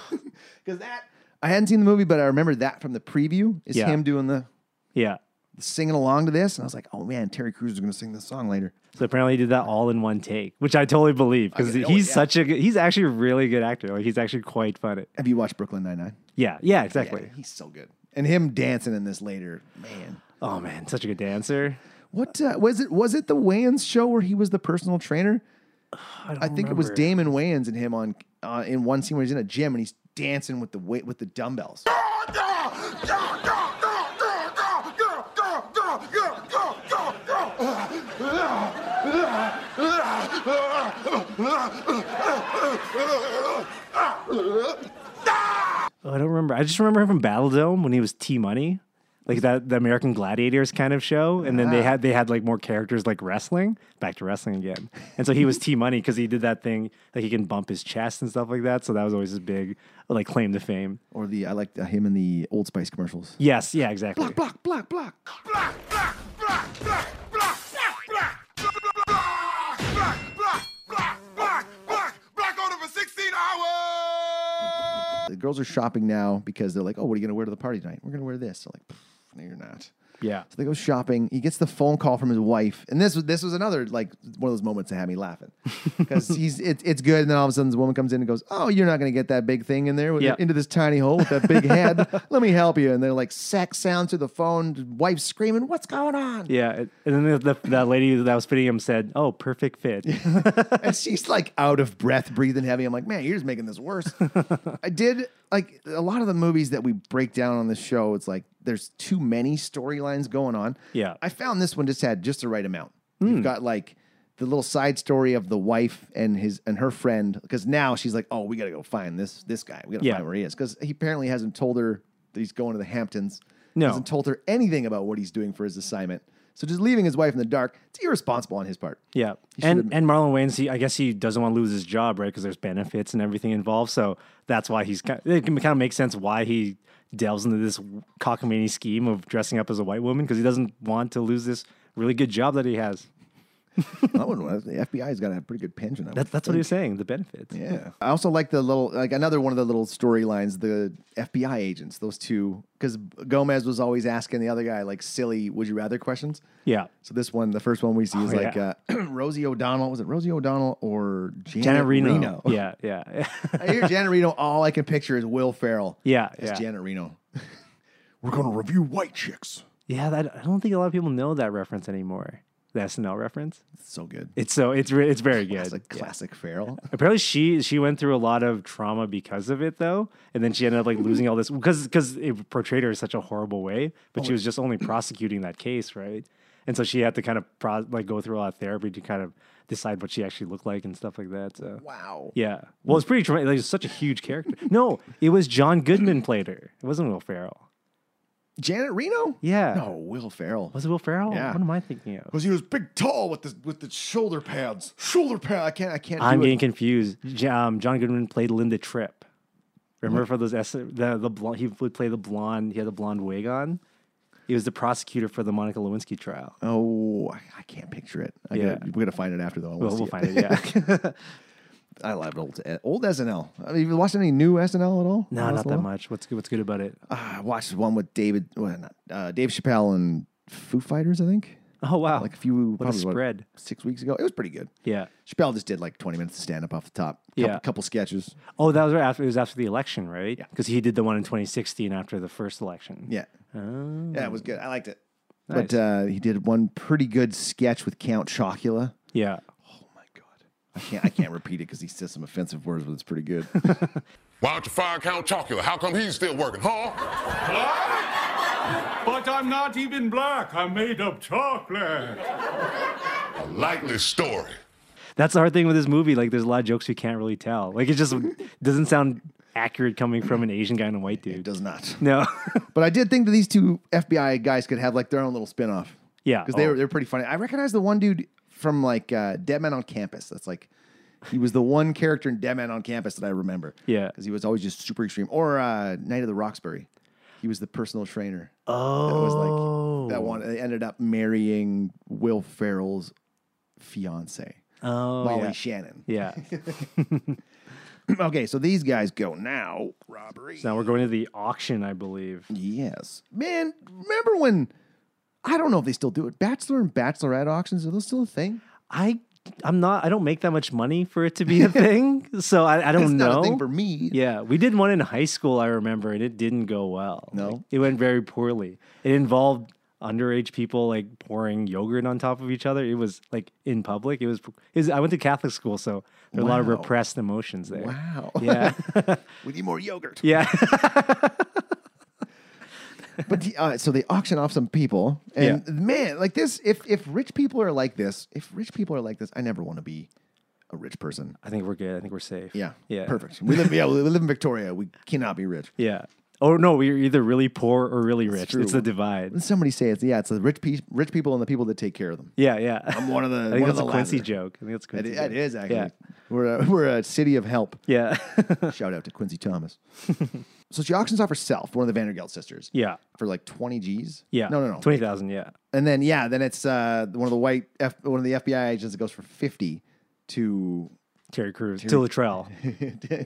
D: Because that I hadn't seen the movie, but I remember that from the preview is
C: Yeah.
D: him doing the
C: yeah.
D: singing along to this, and I was like, oh man, Terry Crews is gonna sing this song later.
C: So apparently he did that all in one take, which I totally believe because
D: Okay, oh,
C: he's
D: yeah.
C: such a good, he's actually a really good actor. Like he's actually quite funny.
D: Have you watched Brooklyn Nine Nine?
C: Yeah, yeah, exactly.
D: he's so good. And him dancing in this later, man.
C: Oh man, such a good dancer.
D: What uh, was it? Was it the Wayans show where he was the personal trainer?
C: I, don't
D: I think it was
C: remember.
D: Damon Wayans and him on uh, in one scene where he's in a gym and he's dancing with the weight with the dumbbells.
C: Oh, I don't remember. I just remember him from Battle Dome when he was T Money. like that the American Gladiators kind of show, and then
D: Ah.
C: they had they had like more characters like wrestling. Back to wrestling again, and so he was T Money because he did that thing like he can bump his chest and stuff like that. So that was always his big like claim to fame.
D: Or the I like uh, him in the Old Spice commercials.
C: Yes, yeah, exactly.
D: Block, block, block. The girls are shopping now because they're like, oh, what are you going to wear to the party tonight? We're going to wear this. They're like, "Pff, no, you're not.
C: Yeah.
D: So they go shopping. He gets the phone call from his wife, and this was this was another like one of those moments that had me laughing because he's it, it's good, and then all of a sudden this woman comes in and goes, "Oh, you're not going to get that big thing in there with,
C: Yeah.
D: into this tiny hole with that big head. Let me help you." And they're like sex sounds through the phone, wife screaming, "What's going on?"
C: Yeah, and then the, the, that lady that was fitting him said, "Oh, perfect fit."
D: and she's like out of breath, breathing heavy. I'm like, man, you're just making this worse. I did like a lot of the movies that we break down on the show. It's like there's too many storylines going on.
C: Yeah. Hmm.
D: I found this one just had just the right amount. You've got like the little side story of the wife and his and her friend because now she's like, oh, we got to go find this this guy. We got to
C: Yeah.
D: find where he is because he apparently hasn't told her that he's going to the Hamptons.
C: No.
D: hasn't told her anything about what he's doing for his assignment. So just leaving his wife in the dark, it's irresponsible on his part.
C: Yeah,
D: He should've-
C: and and Marlon Wayans, he, I guess he doesn't want to lose his job, right? Because there's benefits and everything involved, so that's why he's kind. It can kind of make sense why he delves into this cockamamie scheme of dressing up as a white woman because he doesn't want to lose this really good job that he has.
D: I wouldn't want The FBI's got to have a pretty good pension. I would
C: That, that's what he was saying. The benefits.
D: think. Yeah. I also like the little, like another one of the little storylines, the FBI agents, those two, because Gomez was always asking the other guy like silly would you rather questions.
C: Yeah.
D: So this one, the first one we see is
C: Oh,
D: like
C: yeah.
D: uh, Rosie O'Donnell. Was it Rosie O'Donnell or Janet,
C: Janet Reno.
D: Reno?
C: Yeah, yeah,
D: I hear Janet Reno. All I can picture is Will Ferrell.
C: Yeah,
D: As
C: yeah.
D: Janet Reno.
B: We're gonna review White Chicks.
C: yeah. That I don't think a lot of people know that reference anymore. The SNL reference.
D: It's so good.
C: It's so it's re- it's very good.
D: It's like
C: Yeah.
D: classic Ferrell.
C: Apparently, she she went through a lot of trauma because of it, though, and then she ended up
D: Mm-hmm.
C: like losing all this because because it portrayed her in such a horrible way.
D: Oh,
C: But she was just only prosecuting that case, right? And so she had to kind of pro- like go through a lot of therapy to kind of decide what she actually looked like and stuff like that. So
D: Wow.
C: yeah, well, it's pretty traumatic. Like, it's such a huge character. no, it was John Goodman played her. It wasn't Will Ferrell.
D: Janet Reno.
C: Yeah,
D: No, Will Ferrell.
C: was it Will Ferrell?
D: Yeah.
C: What am I thinking of?
D: Because he was big, tall with the with the shoulder pads. Shoulder pad. I can't. I can't.
C: I'm
D: do
C: getting
D: it.
C: confused. J- Um, John Goodman played Linda Tripp. Remember for those S- the the blonde, he would play the blonde. He had the blonde wig on. He was the prosecutor for the Monica Lewinsky trial.
D: Oh, I, I can't picture it. I
C: Yeah.
D: gotta, we're gonna find it after though. I
C: Well, we'll find it. Yeah,
D: I love old eh, old SNL. I mean, have you watched any new SNL at all?
C: no, not
D: SNL?
C: that much. What's good? What's good about it?
D: Ah, I watched one with David, well, not, uh, Dave Chappelle and Foo Fighters. I think
C: Oh wow,
D: like a few
C: what a
D: probably,
C: spread.
D: six weeks ago. It was pretty good.
C: Yeah.
D: Chappelle just did like 20 minutes of stand up off the top. Couple,
C: Yeah.
D: couple sketches.
C: Oh, that was right after it was after the election, right? Because he did the one in 2016 after the first election.
D: Yeah, yeah, it was good. I liked it. But
C: Oh.
D: uh,
C: Nice.
D: he did one pretty good sketch with Count Chocula.
C: Yeah.
D: I can't I can't repeat it because he says some offensive words, but it's pretty good.
F: Why don't you fire Count Chocula? How come he's still working, huh?
G: But I'm not even black. I'm made of chocolate.
F: A likely story.
C: That's the hard thing with this movie. Like, there's a lot of jokes you can't really tell. Like, it just doesn't sound accurate coming from an Asian guy and a white
D: it
C: dude.
D: does not.
C: No.
D: But I did think that these two FBI guys could have like their own little spinoff.
C: Yeah.
D: Because they
C: Oh.
D: were they're pretty funny. I recognize the one dude from like uh, Dead Man on Campus. That's like he was the one character in Dead Man on Campus that I remember.
C: Yeah.
D: Because he was always just super extreme. Or uh, Night of the Roxbury. He was the personal trainer. Oh. That was like that one. They ended up marrying Will Ferrell's fiance,
C: oh.
D: Molly
C: yeah.
D: Shannon.
C: Yeah.
D: okay, so these guys go now. Robbery.
C: So now we're going to the auction, I believe.
D: Yes. Man, remember when I don't know if they still do it. Bachelor and bachelorette auctions, are those still a thing?
C: I I'm not I don't make that much money for it to be a thing. So I, I don't
D: It's
C: know.
D: not a thing for me.
C: Yeah. We did one in high school, I remember, and it didn't go well.
D: No?
C: Like, it went very poorly. It involved underage people like pouring yogurt on top of each other. It was like in public. It was, it was I went to Catholic school, so there were a lot of
D: Wow.
C: repressed emotions there.
D: Wow.
C: Yeah.
D: We need more yogurt.
C: yeah.
D: But the- uh, so they auction off some people. And man, like this, if if rich people are like this, if rich people are like this, I never want to be a rich person.
C: I think we're good. I think we're safe.
D: Yeah.
C: Yeah.
D: Perfect. We live yeah, we live in Victoria. We cannot be rich.
C: Yeah. Oh no, we're either really poor or really rich.
D: true.
C: It's the divide.
D: Didn't somebody say it's yeah, it's the rich pe- rich people and the people that take care of them.
C: Yeah, yeah. I'm
D: one of the-
C: I
D: one
C: think
D: of
C: that's
D: the
C: a Quincy
D: latter.
C: joke. I think that's a
D: It,
C: Quincy.
D: it
C: joke.
D: is actually.
C: Yeah.
D: We're a, we're a city of help.
C: Yeah.
D: Shout out to Quincy Thomas. so she auctions off herself, one of the Vanderbilt sisters.
C: yeah.
D: For like twenty G's.
C: Yeah.
D: No, no, no.
C: Twenty thousand. Yeah.
D: And then yeah, then it's uh, one of the white F, one of the FBI agents that goes for fifty to
C: Terry Crews. Till Latrell.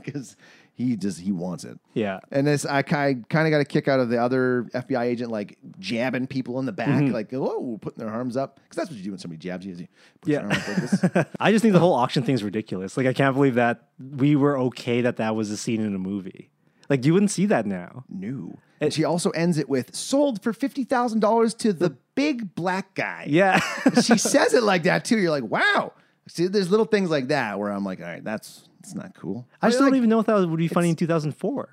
D: because he does he wants it.
C: Yeah.
D: And this, I kind of got a kick out of the other FBI agent like jabbing people in the back,
C: Mm-hmm.
D: like whoa, putting their arms up, because that's what you do when somebody jabs you. is you put your
C: Yeah.
D: arm up like this.
C: I just think the whole auction thing's ridiculous. Like I can't believe that we were okay that that was a scene in a movie. Like you wouldn't see that now.
D: new. And she also ends it with sold for fifty thousand dollars to the big black guy.
C: Yeah.
D: she says it like that too. You're like, wow. See, there's little things like that where I'm like, all right, that's it's not cool.
C: I just
D: Or,
C: don't
D: like,
C: even know if that would be funny in 2004.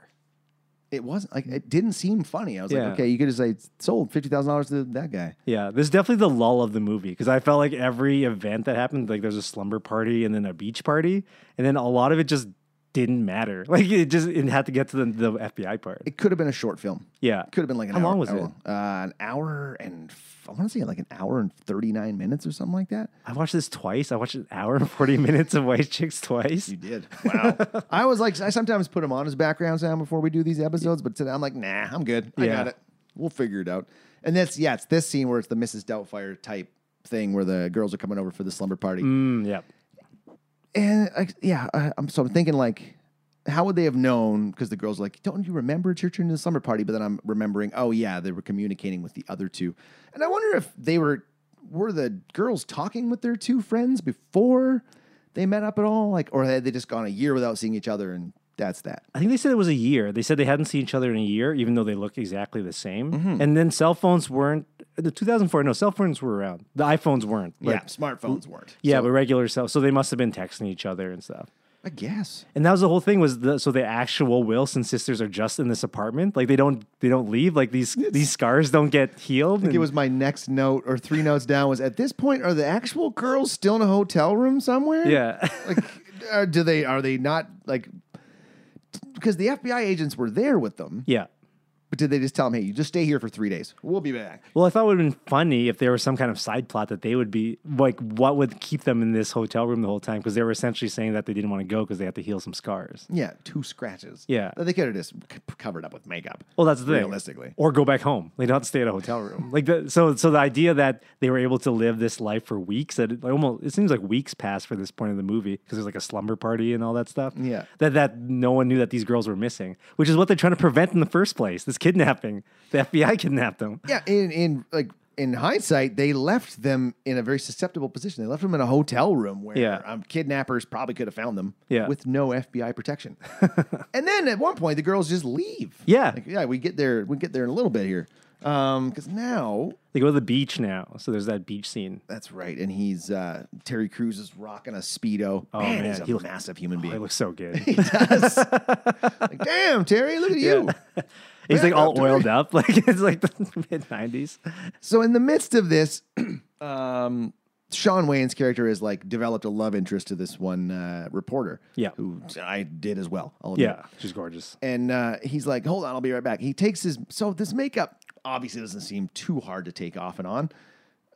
D: It wasn't like it didn't seem funny. I was
C: Yeah.
D: like, okay, you could just say sold fifty thousand dollars to that guy.
C: Yeah, there's definitely the lull of the movie because I felt like every event that happened, like there's a slumber party and then a beach party, and then a lot of it just didn't matter. Like it just it had to get to the, the FBI part.
D: It could have been a short film.
C: Yeah,
D: It could have been like an
C: How
D: hour.
C: long was
D: hour
C: it?
D: long. Uh, an hour and f- I want to say like an hour and thirty nine minutes or something like that.
C: I watched this twice. I watched an hour and forty minutes of White Chicks twice.
D: did. Wow. I was like, I sometimes put him on as background sound before we do these episodes, but today I'm like, nah, I'm good. I got
C: Yeah.
D: it. We'll figure it out. And that's, yeah, it's this scene where it's the Mrs. Doubtfire type thing where the girls are coming over for the slumber party.
C: Mm, yeah,
D: And I, yeah, I, I'm, so I'm thinking like, how would they have known? Because the girls are like, don't you remember it's your turn to the slumber party? But then I'm remembering, oh yeah, they were communicating with the other two. And I wonder if they were, were the girls talking with their two friends before they met up at all? Like, or had they just gone a year without seeing each other and that's that?
C: I think they said it was a year. They said they hadn't seen each other in a year, even though they look exactly the same.
D: Mm-hmm.
C: And then cell phones weren't. The 2004, no, cell phones were around. The iPhones weren't. Like,
D: smartphones weren't.
C: yeah, but regular cell. So they must have been texting each other and stuff.
D: I guess.
C: And that was the whole thing was the so the actual Wilson sisters are just in this apartment. Like they don't they don't leave. Like these these scars don't get healed.
D: I think it was my next note or three notes down was at this point, are the actual girls still in a hotel room somewhere?
C: yeah.
D: like uh, do they are they not like because the FBI agents were there with them,
C: yeah.
D: but did they just tell them, "Hey, you just stay here for three days. We'll be back."
C: Well, I thought it would have been funny if there was some kind of side plot that they would be like what would keep them in this hotel room the whole time because they were essentially saying that they didn't want to go because they had to heal some scars.
D: Yeah, two scratches.
C: Yeah.
D: they could have just c- covered up with makeup.
C: Well, that's the thing.
D: Realistically.
C: Or go back home. They don't have to stay at a hotel room. Like the, so so the idea that they were able to live this life for weeks that it, like, almost it seems like weeks passed for this point of the movie because there's like a slumber party and all that stuff.
D: Yeah.
C: That that no one knew that these girls were missing, which is what they're trying to prevent in the first place. This kidnapping. The FBI kidnapped them.
D: Yeah, in in like in hindsight, they left them in a very susceptible position. They left them in a hotel room where
C: Yeah.
D: um, kidnappers probably could have found them.
C: Yeah.
D: with no FBI protection. and then at one point, the girls just leave.
C: Yeah.
D: Like, yeah, we get there. We get there in a little bit here. Um, because now
C: They go to the beach now. So there's that beach scene.
D: That's right. And he's uh, Terry Crews is rocking a speedo. Oh man,
C: man,
D: he's a
C: he looks-
D: massive human
C: It
D: being.
C: looks so good.
D: Like, Damn, Terry, look at you.
C: He's like all
D: Terry.
C: oiled up. Like it's like the mid nineties.
D: So in the midst of this, um, Sean Wayne's character has like developed a love interest to this one uh, reporter.
C: Yeah.
D: who I did as well. I'll admit.
C: Yeah. She's gorgeous.
D: and uh, he's like, "Hold on, I'll be right back." He takes his so this makeup obviously doesn't seem too hard to take off and on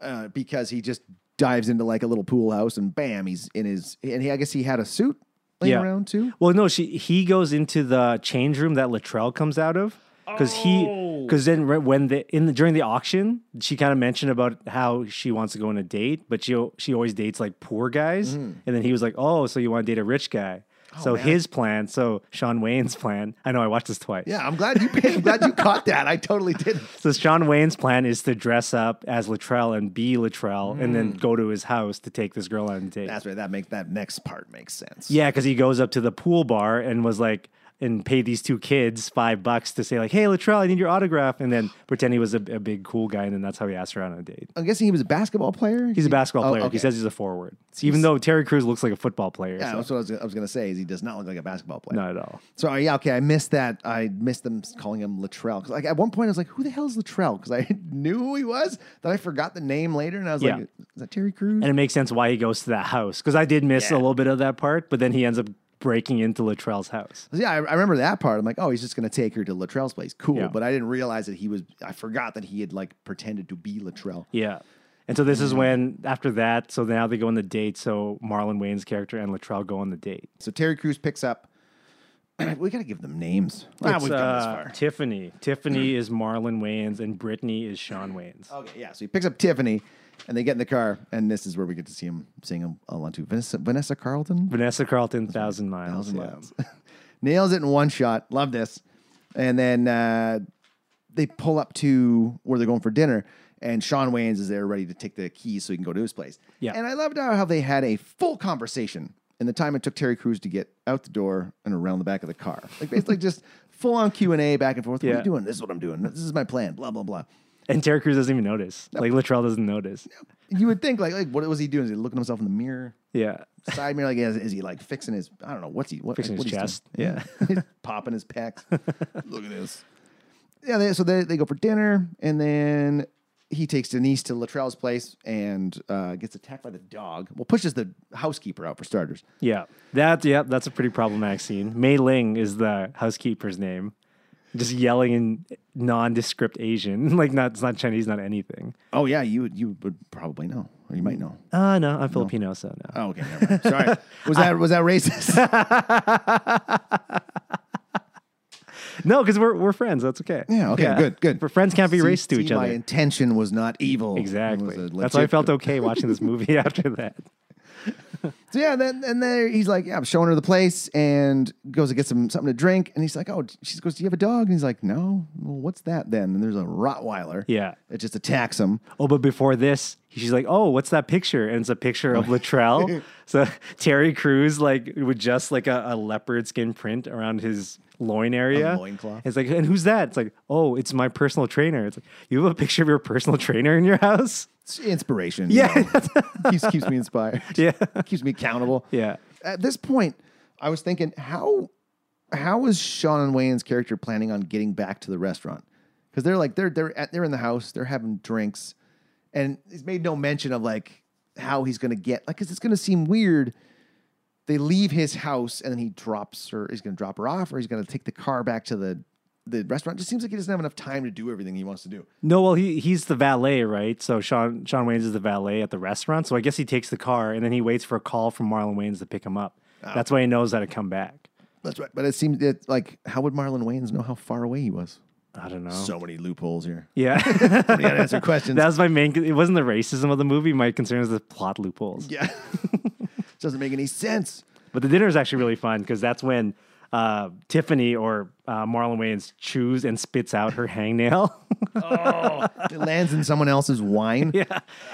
D: uh, because he just dives into like a little pool house and bam, he's in his and he, I guess he had a suit laying
C: Yeah.
D: around too.
C: Well, no, she he goes into the change room that Latrell comes out of because
D: Oh.
C: he because then re- when the in the during the auction she kind of mentioned about how she wants to go on a date, but she al- she always dates like poor guys,
D: Mm.
C: and then he was like, oh, so you want to date a rich guy?
D: Oh,
C: so his plan, so Sean Wayne's plan. I know I watched this twice.
D: Yeah, I'm glad you I'm glad you caught that. I totally did.
C: So Sean Wayne's plan is to dress up as Latrell and be Latrell, and then go to his house to take this girl on a date.
D: Mm. That's right. That make that next part makes sense.
C: Yeah, because he goes up to the pool bar and was like, and paid these two kids five bucks to say like, "Hey, Latrell, I need your autograph," and then pretend he was a, a big cool guy, and then that's how he asked her out on a date.
D: I'm guessing he was a basketball player.
C: He's a basketball
D: Oh,
C: player.
D: okay.
C: He says he's a forward, even though Terry Crews looks like a football player.
D: Yeah,
C: so-
D: that's what I was, I was gonna say. Is he does not look like a basketball player.
C: not at all.
D: So uh, yeah, okay, I missed that. I missed them calling him Latrell because like at one point I was like, "Who the hell is Latrell?" Because I knew who he was. Then I forgot the name later, and I was
C: Yeah.
D: like, "Is that Terry Crews?"
C: And it makes sense why he goes to that house because I did miss a little bit of that part, but then he ends up breaking into Latrell's house.
D: Yeah, I, I remember that part. I'm like, oh, he's just gonna take her to Latrell's place. Cool,
C: Yeah.
D: but I didn't realize that he was. I forgot that he had like pretended to be Latrell.
C: Yeah. Mm. And so this is when after that, so now they go on the date. So Marlon Wayne's character and Latrell go on the date.
D: So Terry Crews picks up. we gotta give them names. Ah,
C: It's,
D: we've gone this
C: uh, Mm.
D: far.
C: Tiffany. Tiffany is Marlon Wayans and Brittany is Sean Wayans.
D: Okay, yeah. So he picks up Tiffany, and they get in the car, and this is where we get to see him seeing him all on to Vanessa, Vanessa Carlton.
C: Vanessa Carlton, Thousand Miles. yeah.
D: Nails it in one shot. Love this. And then uh, they pull up to where they're going for dinner, and Sean Wayans is there ready to take the keys so he can go to his place.
C: Yeah.
D: And I loved how how they had a full conversation in the time it took Terry Crews to get out the door and around the back of the car. Like basically just full on Q and A back and forth. What are
C: Yeah.
D: you doing? This is what I'm doing. This is my plan. Blah blah blah.
C: And Terry Crews doesn't even notice. Like Latrell doesn't notice.
D: You would think like like what was he doing? Is he looking at himself in the mirror?
C: Yeah.
D: side mirror. Like, is, is he like fixing his? I don't know. What's he? What,
C: Fixing
D: what
C: his
D: he's
C: chest.
D: doing. Yeah, he's popping his pecs. Look at this. Yeah. They, so they they go for dinner, and then he takes Denise to Latrell's place and uh, gets attacked by the dog. Well, pushes the housekeeper out for starters.
C: Yeah. That yeah, that's a pretty problematic scene. Mei Ling is the housekeeper's name. Just yelling in nondescript Asian. like not it's not Chinese, not anything.
D: Oh yeah, you would- you would probably know, or you might know.
C: Uh no, I'm Filipino, so no.
D: Oh, okay, never mind. sorry. Was that was that racist?
C: No, because we're we're friends. That's okay.
D: Yeah, okay, good, good.
C: We're friends can't be
D: See-
C: race to
D: see,
C: each other.
D: My intention was not evil. It was
C: exactly.
D: a
C: That's why I
D: legit-
C: felt okay watching this movie after that.
D: So yeah, then and then he's like, yeah, I'm showing her the place, and goes to get some something to drink, and he's like, oh, she goes, do you have a dog? And he's like, no. Well, what's that then? And there's a Rottweiler.
C: Yeah.
D: It just attacks him.
C: Oh, but before this, she's like, "Oh, what's that picture?" And it's a picture
D: Oh.
C: of Latrell. so Terry Crews like with just like a, a leopard skin print around his loin area.
D: loincloth.
C: It's like, and who's that? It's like, oh, it's my personal trainer. It's like you have a picture of your personal trainer in your house.
D: It's inspiration.
C: Yeah.
D: You know? keeps keeps me inspired.
C: Yeah.
D: Keeps me accountable.
C: Yeah.
D: At this point, I was thinking, how how is Sean Wayne's character planning on getting back to the restaurant? Because they're like they're they're at, they're in the house, they're having drinks, and he's made no mention of like how he's gonna get like because it's gonna seem weird. They leave his house and then he drops her. He's gonna drop her off, or he's gonna take the car back to the the restaurant. just seems like he doesn't have enough time to do everything he wants to do.
C: No, well, he he's the valet, right? So Sean Sean Waynes is the valet at the restaurant. So I guess he takes the car and then he waits for a call from Marlon Waynes to pick him up.
D: Oh.
C: That's why he knows how to come back.
D: That's right. But it seems that like how would Marlon Wayans know how far away he was?
C: I don't know.
D: So many loopholes here.
C: yeah,
D: We gotta answer questions.
C: that was my main. It wasn't the racism of the movie. My concern is the plot loopholes.
D: Yeah. Doesn't make any sense.
C: But the dinner is actually really fun because that's when uh, Tiffany or uh, Marlon Wayans chews and spits out her hangnail,
D: It lands in someone else's wine.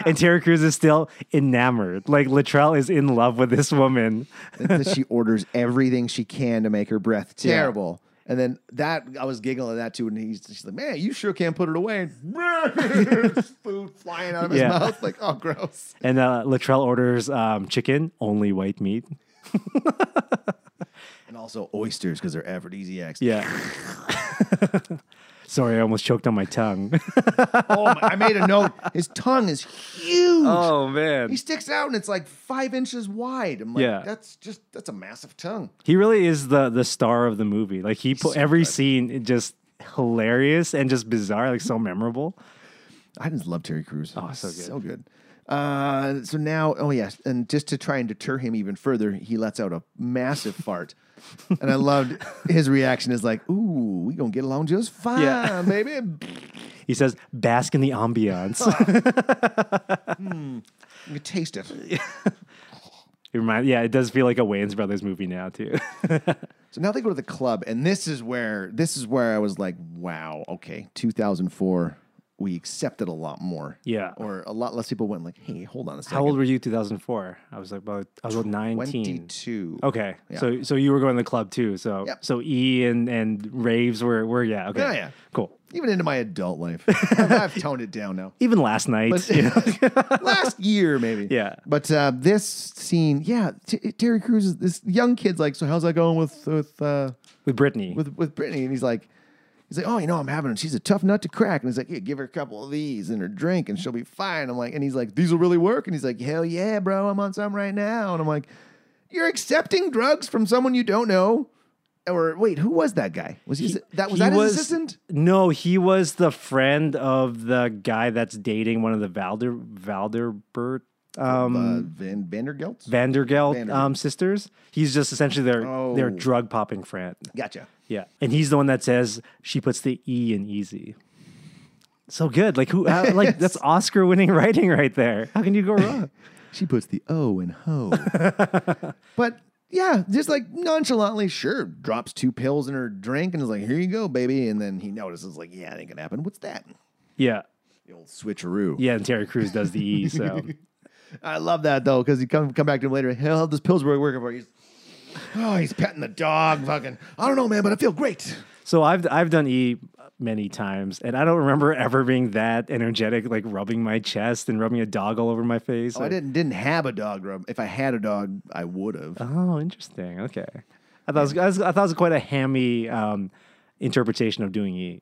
C: and Terry Crews is still enamored. Like Latrell is in love with this woman.
D: That she orders everything she can to make her breath terrible. And then that I was giggling at that too, and he's she's like, "Man, you sure can't put it away." And food flying out of his
C: Yeah.
D: mouth, like, "Oh, gross."
C: And uh, Latrell orders um, chicken, only white meat.
D: And also oysters because they're aphrodisiacs.
C: Yeah. Sorry, I almost choked on my tongue.
D: Oh, my, I made a note. His tongue is huge.
C: man.
D: He sticks out, and it's like five inches wide. I'm like,
C: Yeah.
D: that's just that's a massive tongue.
C: He really is the the star of the movie. Like he put every scene it just hilarious and just bizarre, like so memorable.
D: I just love Terry Crews. Oh,
C: so good.
D: So good. Uh, so now, oh yes, and just to try and deter him even further, he lets out a massive fart, and I loved his reaction is like, "Ooh, we gonna get along just fine,
C: Yeah.
D: baby."
C: He says, bask in the ambiance.
D: You taste it.
C: it remind, yeah, it does feel like a Wayans Brothers movie now too.
D: So now they go to the club, and this is where this is where I was like, "Wow, okay, 2004, we accepted a lot more,
C: Yeah.
D: or a lot less people went like, hey, hold on a second,
C: How old were you 2004? I was like about I was about 19.
D: 22,
C: Okay.
D: Yeah.
C: So so you were going to the club too. So
D: Yep.
C: so E and and raves were were yeah, okay.
D: Yeah, yeah.
C: Cool.
D: even into my adult life, I've, I've toned it down now."
C: Even last night.
D: But-
C: you know?
D: last year maybe.
C: Yeah.
D: But uh, this scene, yeah, T- Terry Crews is this young kid's like, so how's that going with with uh,
C: With Brittany.
D: with with Brittany? And he's like, he's like, oh, you know, I'm having. She's a tough nut to crack. And he's like, yeah, give her a couple of these and her drink, and she'll be fine. I'm like, and he's like, these will really work. And he's like, hell yeah, bro, I'm on some right now. And I'm like. You're accepting drugs from someone you don't know. Or wait, who was that guy? Was he, that was
C: He
D: that his assistant?
C: No, he was the friend of the guy that's dating one of the Valder Valderbert um,
D: uh, Van Vandergelt.
C: Vandergeld
D: Vanderbilt.
C: um, sisters. He's just essentially their their
D: Oh.
C: drug popping friend.
D: gotcha.
C: Yeah, and he's the one that says she puts the e in easy. So good, like who? How, like that's Oscar winning writing right there. How can you go wrong?
D: She puts the O in ho. but yeah, just like nonchalantly, sure, drops two pills in her drink and is like, here you go, baby. And then he notices, like, yeah, it ain't gonna happen. What's that?
C: yeah,
D: The old switcheroo.
C: yeah, and Terry Crews does the e. So
D: I love that though, because he come come back to him later. Hell, this Pillsbury working for you. He's, oh, he's petting the dog. Fucking, I don't know, man, but I feel great.
C: So I've I've done E many times, and I don't remember ever being that energetic, like rubbing my chest and rubbing a dog all over my face.
D: Oh, I didn't didn't have a dog rub. If I had a dog, I would have.
C: Oh, interesting. Okay, I thought it was, I thought it was quite a hammy um, interpretation of doing E.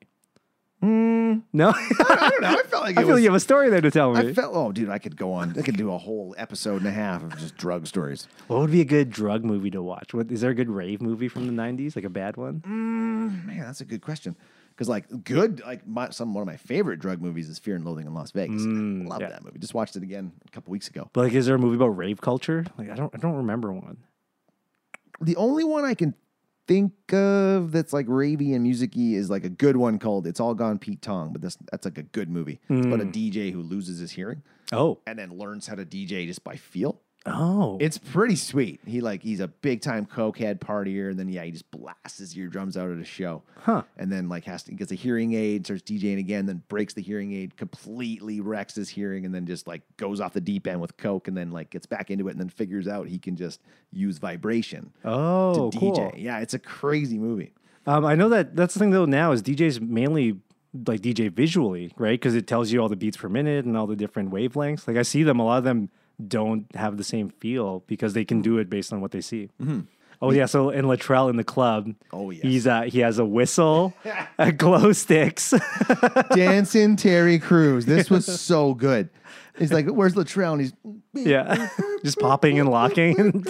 C: Mm, no, I
D: I don't know. I felt like it
C: feel
D: was.
C: you have a story there to tell me.
D: I felt. Oh, dude, I could go on. I could do a whole episode and a half of just drug stories.
C: what would be a good drug movie to watch? What is there a good rave movie from the '90s, like a bad one?
D: Mm. Man, that's a good question. Because like good, like my, some one of my favorite drug movies is Fear and Loathing in Las Vegas. I love
C: yeah.
D: that movie. Just watched it again a couple weeks ago.
C: But like, is there a movie about rave culture? Like, I don't I don't remember one.
D: The only one I can think of that's like ravey and musicy is like a good one called "It's All Gone Pete Tong," but that's that's like a good movie. It's about a DJ who loses his hearing
C: Oh,
D: and then learns how to DJ just by feel.
C: oh,
D: It's pretty sweet. He like he's a big time cokehead partier, and then yeah, he just blasts his eardrums out at a show.
C: Huh.
D: And then like has to gets a hearing aid, starts DJing again, then breaks the hearing aid, completely wrecks his hearing, and then just like goes off the deep end with coke, and then like gets back into it, and then figures out he can just use vibration to
C: oh,
D: DJ.
C: cool.
D: Yeah, it's a crazy movie.
C: Um, I know that that's the thing though. Now is DJs mainly like DJ visually, right? Because it tells you all the beats per minute and all the different wavelengths. Like I see them, a lot of them don't have the same feel because they
D: Mm-hmm.
C: can do it based on what they see. Oh yeah, so in Latrell in the club,
D: Oh, yes.
C: he's uh, he has a whistle, a glow sticks.
D: Dancing Terry Crews. This was so good. He's like, "Where's Latrell?" And he's
C: yeah, just popping and locking.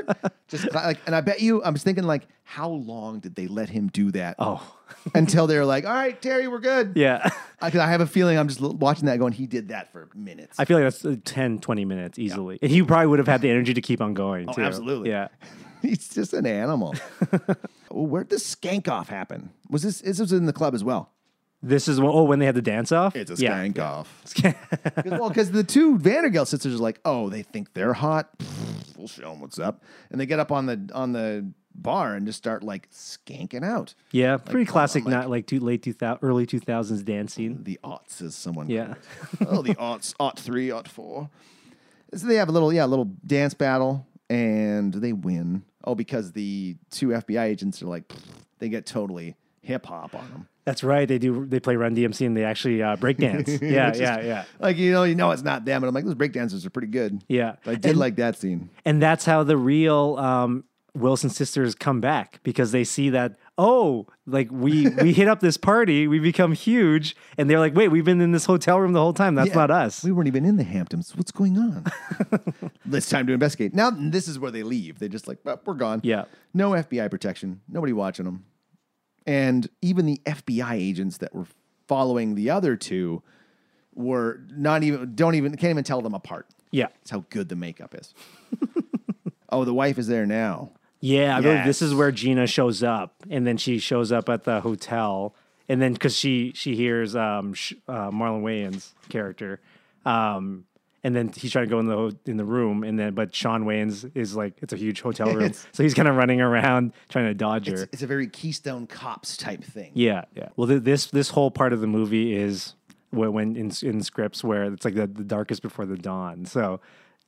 D: just like, and I bet you, I'm just thinking like, how long did they let him do that?
C: oh
D: until they were like, "All right, Terry, we're good."
C: yeah,
D: I, 'cause I have a feeling I'm just l- watching that, going, "He did that for minutes."
C: I feel like that's uh, 10, 20 minutes easily, and he probably would have had the energy to keep on going. too.
D: Oh, absolutely.
C: Yeah.
D: He's just an animal. Oh, Where'd the skank off happen? Was this? This was in the club as well.
C: This is when, oh when they had the dance off. Yeah.
D: off. well, because the two Vandergeld sisters are like, "Oh, they think they're hot. Pfft, we'll show them what's up," and they get up on the on the bar and just start like skanking out.
C: Yeah, pretty
D: come on,
C: classic,
D: like- Mm.
C: not like too late two thousand, early two thousands dance scene.
D: The aughts, as someone
C: Yeah,
D: oh, the aughts, aught three, aught four. So they have a little, yeah, a little dance battle, and they win. Oh, because the two FBI agents are like, pfft, they get totally hip hop on them.
C: that's right. They do. They play Run DMC and they actually uh, break dance. Yeah, yeah, yeah,
D: Like you know, you know it's not them, but I'm like, those breakdancers are pretty good.
C: yeah.
D: But I did
C: and,
D: like that scene.
C: and that's how the real um, Wilson sisters come back because they see that oh, like we we hit up this party, we become huge, and they're like, wait, we've been in this hotel room the whole time. That's
D: Yeah.
C: not us.
D: We weren't even in the Hamptons. What's going on? it's time to investigate. Now this is where they leave. They just like, "Well, we're gone.
C: Yeah.
D: No FBI protection. Nobody watching them. And even the FBI agents that were following the other two were not even don't even can't even tell them apart.
C: Yeah,
D: That's how good the makeup is. oh, the wife is there now.
C: Yeah, I believe this is
D: Yes.
C: where Gina shows up, and then she shows up at the hotel, and then because she she hears um, sh- uh, Marlon Wayans' character, um, and then he's trying to go in the ho- in the room, and then but Sean Wayans is like it's a huge hotel room,
D: It's-
C: so he's kind of running around trying to dodge her.
D: It's, it's a very Keystone Cops type thing.
C: Yeah, yeah. Well, th- this this whole part of the movie is when, when in in scripts where it's like the, the darkest before the dawn. So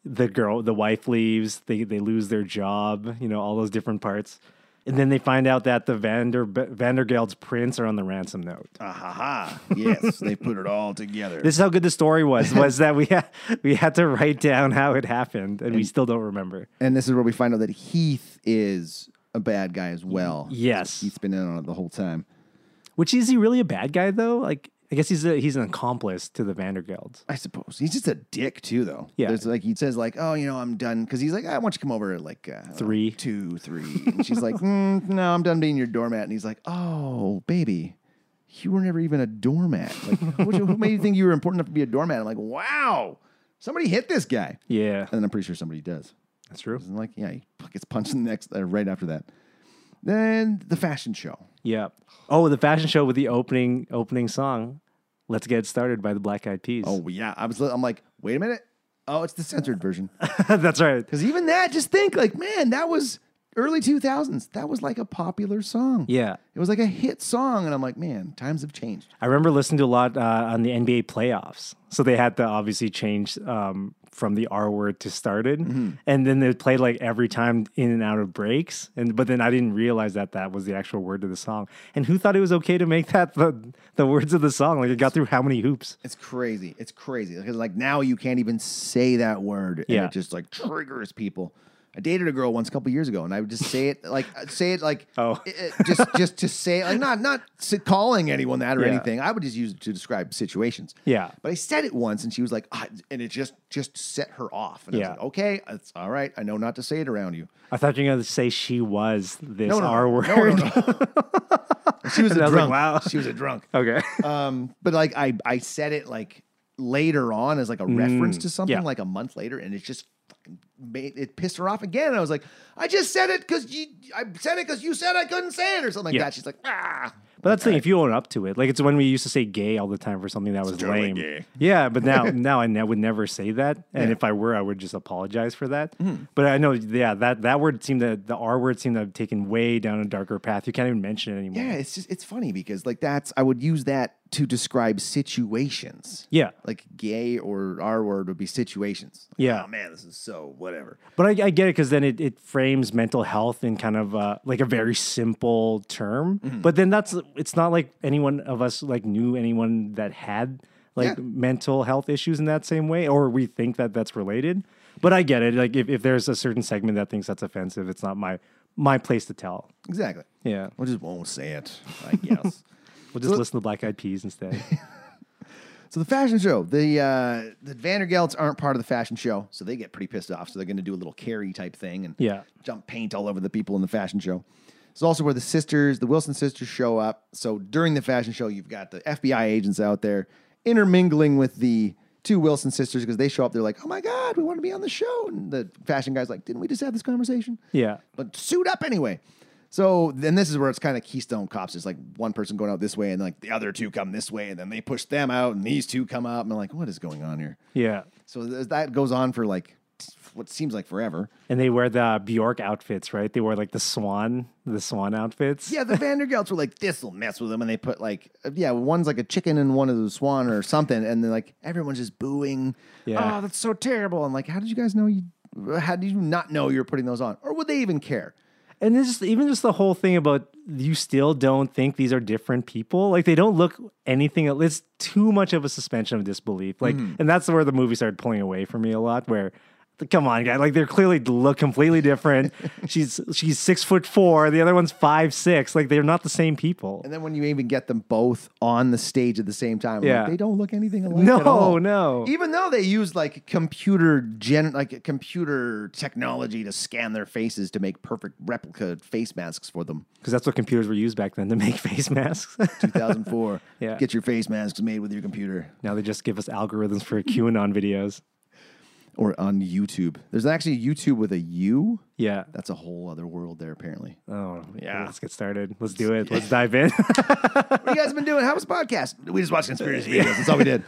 C: the girl, the wife leaves. They they lose their job. You know all those different parts, and then they find out that the Vander Vandergeld's prints are on the ransom note.
D: Ah, ha, ha. Yes, they put it all together.
C: This is how good the story was. Was that we had we had to write down how it happened, and we still don't remember.
D: And this is where we find out that Heath is a bad guy as well.
C: Yes.
D: Heath's been in on it the whole time.
C: Which is he really a bad guy though? Like I guess he's a, he's an accomplice to the Vandergelds.
D: I suppose he's just a dick too, though.
C: Yeah.
D: There's like he says like, oh, you know, I'm done because he's like, I want you to come over at like uh,
C: Three.
D: two, three, and she's like, mm, no, I'm done being your doormat, and he's like, oh, baby, you were never even a doormat. Like, what you- who made you think you were important enough to be a doormat? I'm like, wow, somebody hit this guy,
C: Yeah,
D: and then I'm pretty sure somebody does.
C: that's true.
D: And like, yeah, he gets punched in the next uh, right after that. Then the fashion show.
C: Yeah. Oh, the fashion show with the opening opening song, "Let's Get Started" by the Black Eyed Peas.
D: Oh yeah, I was. I'm like, wait a minute. Oh, it's the censored version.
C: that's right.
D: Because even that, just think like, man, that was early 2000s. That was like a popular song.
C: Yeah,
D: It was like a hit song. And I'm like, man, times have changed.
C: I remember listening to a lot uh, on the NBA playoffs. So they had to obviously change um, from the R word to started,
D: Mm-hmm.
C: and then they played like every time in and out of breaks. And but then I didn't realize that that was the actual word to the song. And who thought it was okay to make that the the words of the song? Like it got through how many hoops?
D: It's crazy. It's crazy. Because like now you can't even say that word. And
C: Yeah.
D: it just like triggers people. I dated a girl once a couple years ago, and I would just say it like I'd say it like
C: Oh.
D: it- it- just just to say it, like not not s- calling anyone that or
C: Yeah.
D: anything. I would just use it to describe situations.
C: Yeah.
D: but I said it once, and she was like, ah, and it just just set her off. And I was
C: Yeah.
D: like, okay, it's all right. I know not to say it around you.
C: I thought you were gonna say she was this
D: No, no,
C: R word.
D: no, no, no. she was a
C: And I was like,
D: drunk.
C: wow.
D: She was a drunk.
C: Okay.
D: Um, but like I, I said it like later on as like a reference to something
C: Mm, yeah.
D: like a month later, and it just fucking made it pissed her off again. And I was like, I just said it because you, I said it because you said I couldn't say it or something like
C: Yeah.
D: that. She's like, ah.
C: But that's the thing. If you own up to it, like it's when we used to say "gay" all the time for something that was lame. Yeah, but now, now I ne- would never say that, and if I were, I would just apologize for that. But I know, yeah, that that word seemed to the R word seemed to have taken way down a darker path. You can't even mention it anymore.
D: Yeah, it's just it's funny because like that's I would use that to describe situations.
C: Yeah.
D: Like gay or R word would be situations. Like,
C: Yeah.
D: Oh man, this is so whatever.
C: But I, I get it because then it, it frames mental health in kind of uh, like a very simple term. But then that's it's not like anyone of us like knew anyone that had like
D: Yeah.
C: mental health issues in that same way, or we think that that's related. But I get it. Like if, if there's a certain segment that thinks that's offensive, it's not my my place to tell.
D: Exactly.
C: Yeah,
D: We just won't say it, I guess.
C: we'll just listen to Black Eyed Peas instead.
D: So the fashion show, the uh, the Vandergelts aren't part of the fashion show, so they get pretty pissed off. So they're going to do a little carry type thing and
C: Yeah.
D: jump paint all over the people in the fashion show. It's also where the sisters, the Wilson sisters, show up. So during the fashion show, you've got the FBI agents out there intermingling with the two Wilson sisters because they show up. They're like, "Oh my God, we want to be on the show," and the fashion guy's like, "Didn't we just have this conversation?"
C: yeah,
D: but suit up anyway. So then this is where it's kind of Keystone Cops. It's like one person going out this way, and like the other two come this way, and then they push them out, and these two come out, and I'm like, what is going on here?
C: yeah.
D: So th- that goes on for like t- what seems like forever.
C: And they wear the Bjork outfits, right? They wear like the swan, the swan outfits.
D: Yeah, the Vandergelts were like, this will mess with them, and they put like, uh, yeah, one's like a chicken and one is a swan or something, and then like everyone's just booing.
C: Yeah.
D: Oh, that's so terrible. And like, how did you guys know you? How did you not know you were putting those on, or would they even care?
C: And this is even just the whole thing about you still don't think these are different people. Like they don't look anything. It's too much of a suspension of disbelief. Like, and that's where the movie started pulling away from me a lot. Where, come on, guy, like they're clearly look completely different. she's she's six foot four. The other one's five six. Like they're not the same people.
D: And then when you even get them both on the stage at the same time, I'm like,
C: Yeah.
D: they don't look anything alike.
C: No,
D: at all.
C: no.
D: Even though they use like computer gen, like computer technology to scan their faces to make perfect replica face masks for them.
C: Because that's what computers were used back then to make face masks.
D: 2004.
C: Yeah.
D: Get your face masks made with your computer
C: now they just give us algorithms for QAnon videos.
D: or on YouTube. There's actually YouTube with a U.
C: Yeah.
D: That's a whole other world there, apparently. What
C: Oh, yeah. Let's get started. Let's do it. Let's dive in.
D: you guys been doing? How was the podcast? We just watched conspiracy videos. That's all we did.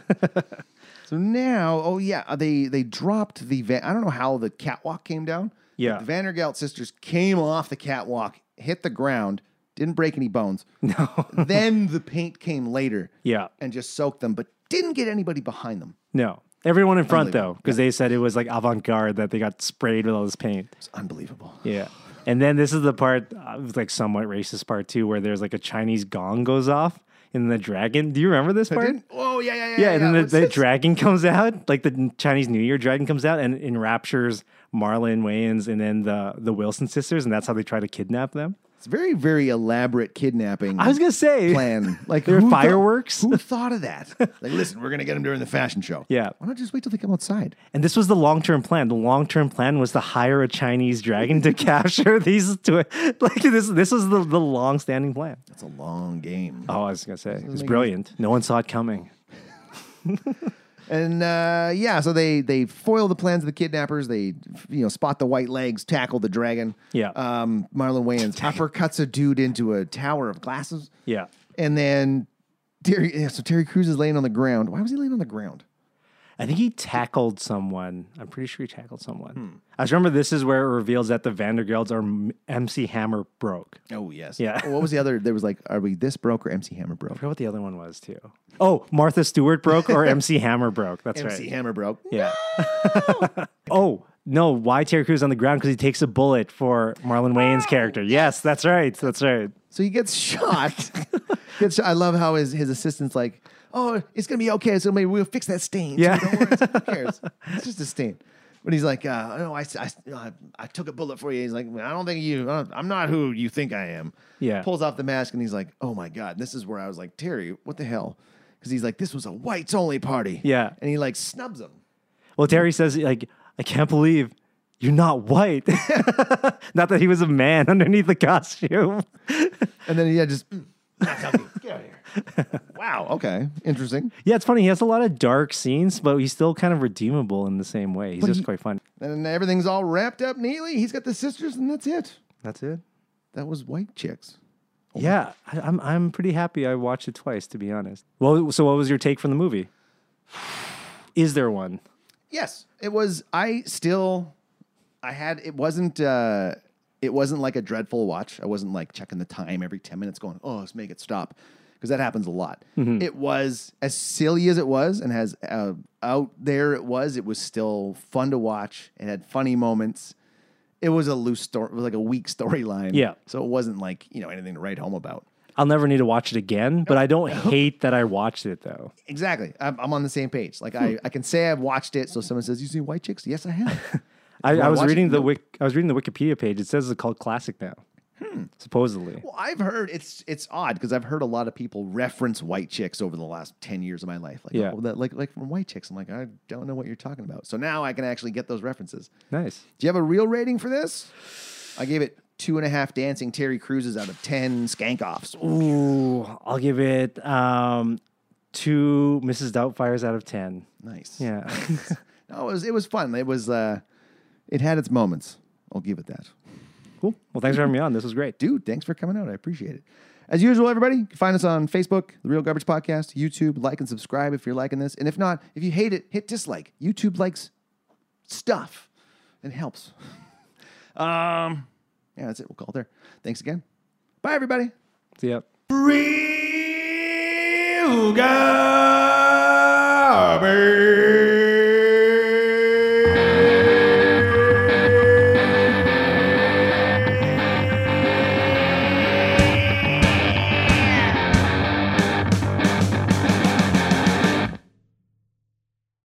D: So now, oh yeah, uh, they they dropped the van. I don't know how the catwalk came down.
C: Yeah.
D: the Vandergelt sisters came off the catwalk, hit the ground, didn't break any bones. No. then the paint came later.
C: Yeah.
D: and just soaked them, but didn't get anybody behind them.
C: No. Everyone in front though, because they said it was like avant garde that they got sprayed with all this paint.
D: It's unbelievable.
C: Yeah. And then this is the part, uh, it was like somewhat racist part too, where there's like a Chinese gong goes off and the dragon. Do you remember this part?
D: Didn't- oh yeah, yeah, yeah.
C: Yeah, and then
D: What's
C: the, the
D: this?
C: dragon comes out, like the Chinese New Year dragon comes out and enraptures Marlon Wayans and then the the Wilson sisters, and that's how they try to kidnap them.
D: It's very, very elaborate kidnapping.
C: I was gonna say
D: plan. Like
C: there
D: who
C: are
D: thought-
C: fireworks.
D: who thought of that? Like, listen, we're gonna get them during the fashion show.
C: Yeah.
D: Why not just wait till they come outside?
C: And this was the long term plan. The long term plan was to hire a Chinese dragon to capture these two. Like this, this was the, the long standing plan.
D: That's a long game.
C: Oh, I was gonna say it was brilliant. No one saw it coming.
D: And uh, yeah, so they they foil the plans of the kidnappers. They you know spot the white legs, tackle the dragon.
C: Yeah.
D: Um, Marlon Wayans uppercuts a dude into a tower of glasses.
C: Yeah,
D: And then Terry, yeah, so Terry Crews is laying on the ground. Why was he laying on the ground?
C: I think he tackled someone. I'm pretty sure he tackled someone. I just remember this is where it reveals that the Vandergelds are M- MC Hammer broke. I
D: Oh yes.
C: Yeah.
D: what was the other? There was like, are we this broke or MC Hammer broke?
C: forgot what the other one was too. Oh, Martha Stewart broke or MC Hammer broke. That's
D: MC
C: right.
D: Hammer broke.
C: Yeah. oh, no. Why Terry Crews on the ground? Because he takes a bullet for Marlon Wayne's character. Yes, that's right. That's right.
D: So he gets shot. gets shot. I love how his, his assistant's like, oh, it's gonna be okay. So maybe we'll fix that stain. So
C: Yeah.
D: don't worry. Who cares? It's just a stain. But he's like, uh, no, I, I, I, I took a bullet for you. He's like, I don't think you, I don't- I'm not who you think I am.
C: Yeah.
D: Pulls off the mask and he's like, oh my God. This is where I was like, Terry, what the hell? Because he's like, this was a whites only party.
C: Yeah.
D: And he like snubs him.
C: Well, Terry says, like, I can't believe you're not white. not that he was a man underneath the costume.
D: And then he yeah, just, mm, not talking. get out of here. wow. Okay. Interesting.
C: yeah, it's funny. He has a lot of dark scenes, but he's still kind of redeemable in the same way. He's just quite fun.
D: And everything's all wrapped up neatly. He's got the sisters and that's it.
C: That's it. Oh
D: That was white chicks.
C: Yeah, I, I'm I'm pretty happy I watched it twice, to be honest. Well, so what was your take from the movie? Is there one?
D: Yes, it was. I still, I had. It wasn't. uh It wasn't like a dreadful watch. I wasn't like checking the time every ten minutes, going, "Oh, let's make it stop," because that happens a lot. It was as silly as it was, and as uh, out there it was. It was still fun to watch. It had funny moments. It was a loose story. It was like a weak storyline.
C: Yeah.
D: So it wasn't like you know anything to write home about.
C: I'll never need to watch it again, but I don't hate that I watched it though.
D: Exactly. I'm, I'm on the same page. Like I, I can say I've watched it. So someone says, "You seen White Chicks?" Yes, I have.
C: I, I
D: wanna
C: was
D: watch it?
C: reading the
D: Nope.
C: wik- I was reading the Wikipedia page. It says it's called classic now, Hmm. supposedly.
D: Well, I've heard it's it's odd because I've heard a lot of people reference white chicks over the last ten years of my life. Like,
C: Yeah.
D: oh, that, like like from white chicks. I'm like, I don't know what you're talking about. So now I can actually get those references.
C: Nice.
D: Do you have a real rating for this? I gave it two and a half dancing Terry Cruises out of ten skank offs.
C: Ooh, I'll give it um, two Mrs. Doubtfires out of ten.
D: Nice.
C: Yeah,
D: No, it was it was fun. It was uh, it had its moments. I'll give it that.
C: cool. Well, thanks for having me on. This was great.
D: dude, thanks for coming out. I appreciate it. As usual, everybody, you can find us on Facebook, The Real Garbage Podcast, YouTube. Like and subscribe if you're liking this. And if not, if you hate it, hit dislike. YouTube likes stuff and helps. Um, yeah, that's it. We'll call it there. Thanks again. Bye, everybody.
C: See ya.
B: Real garbage.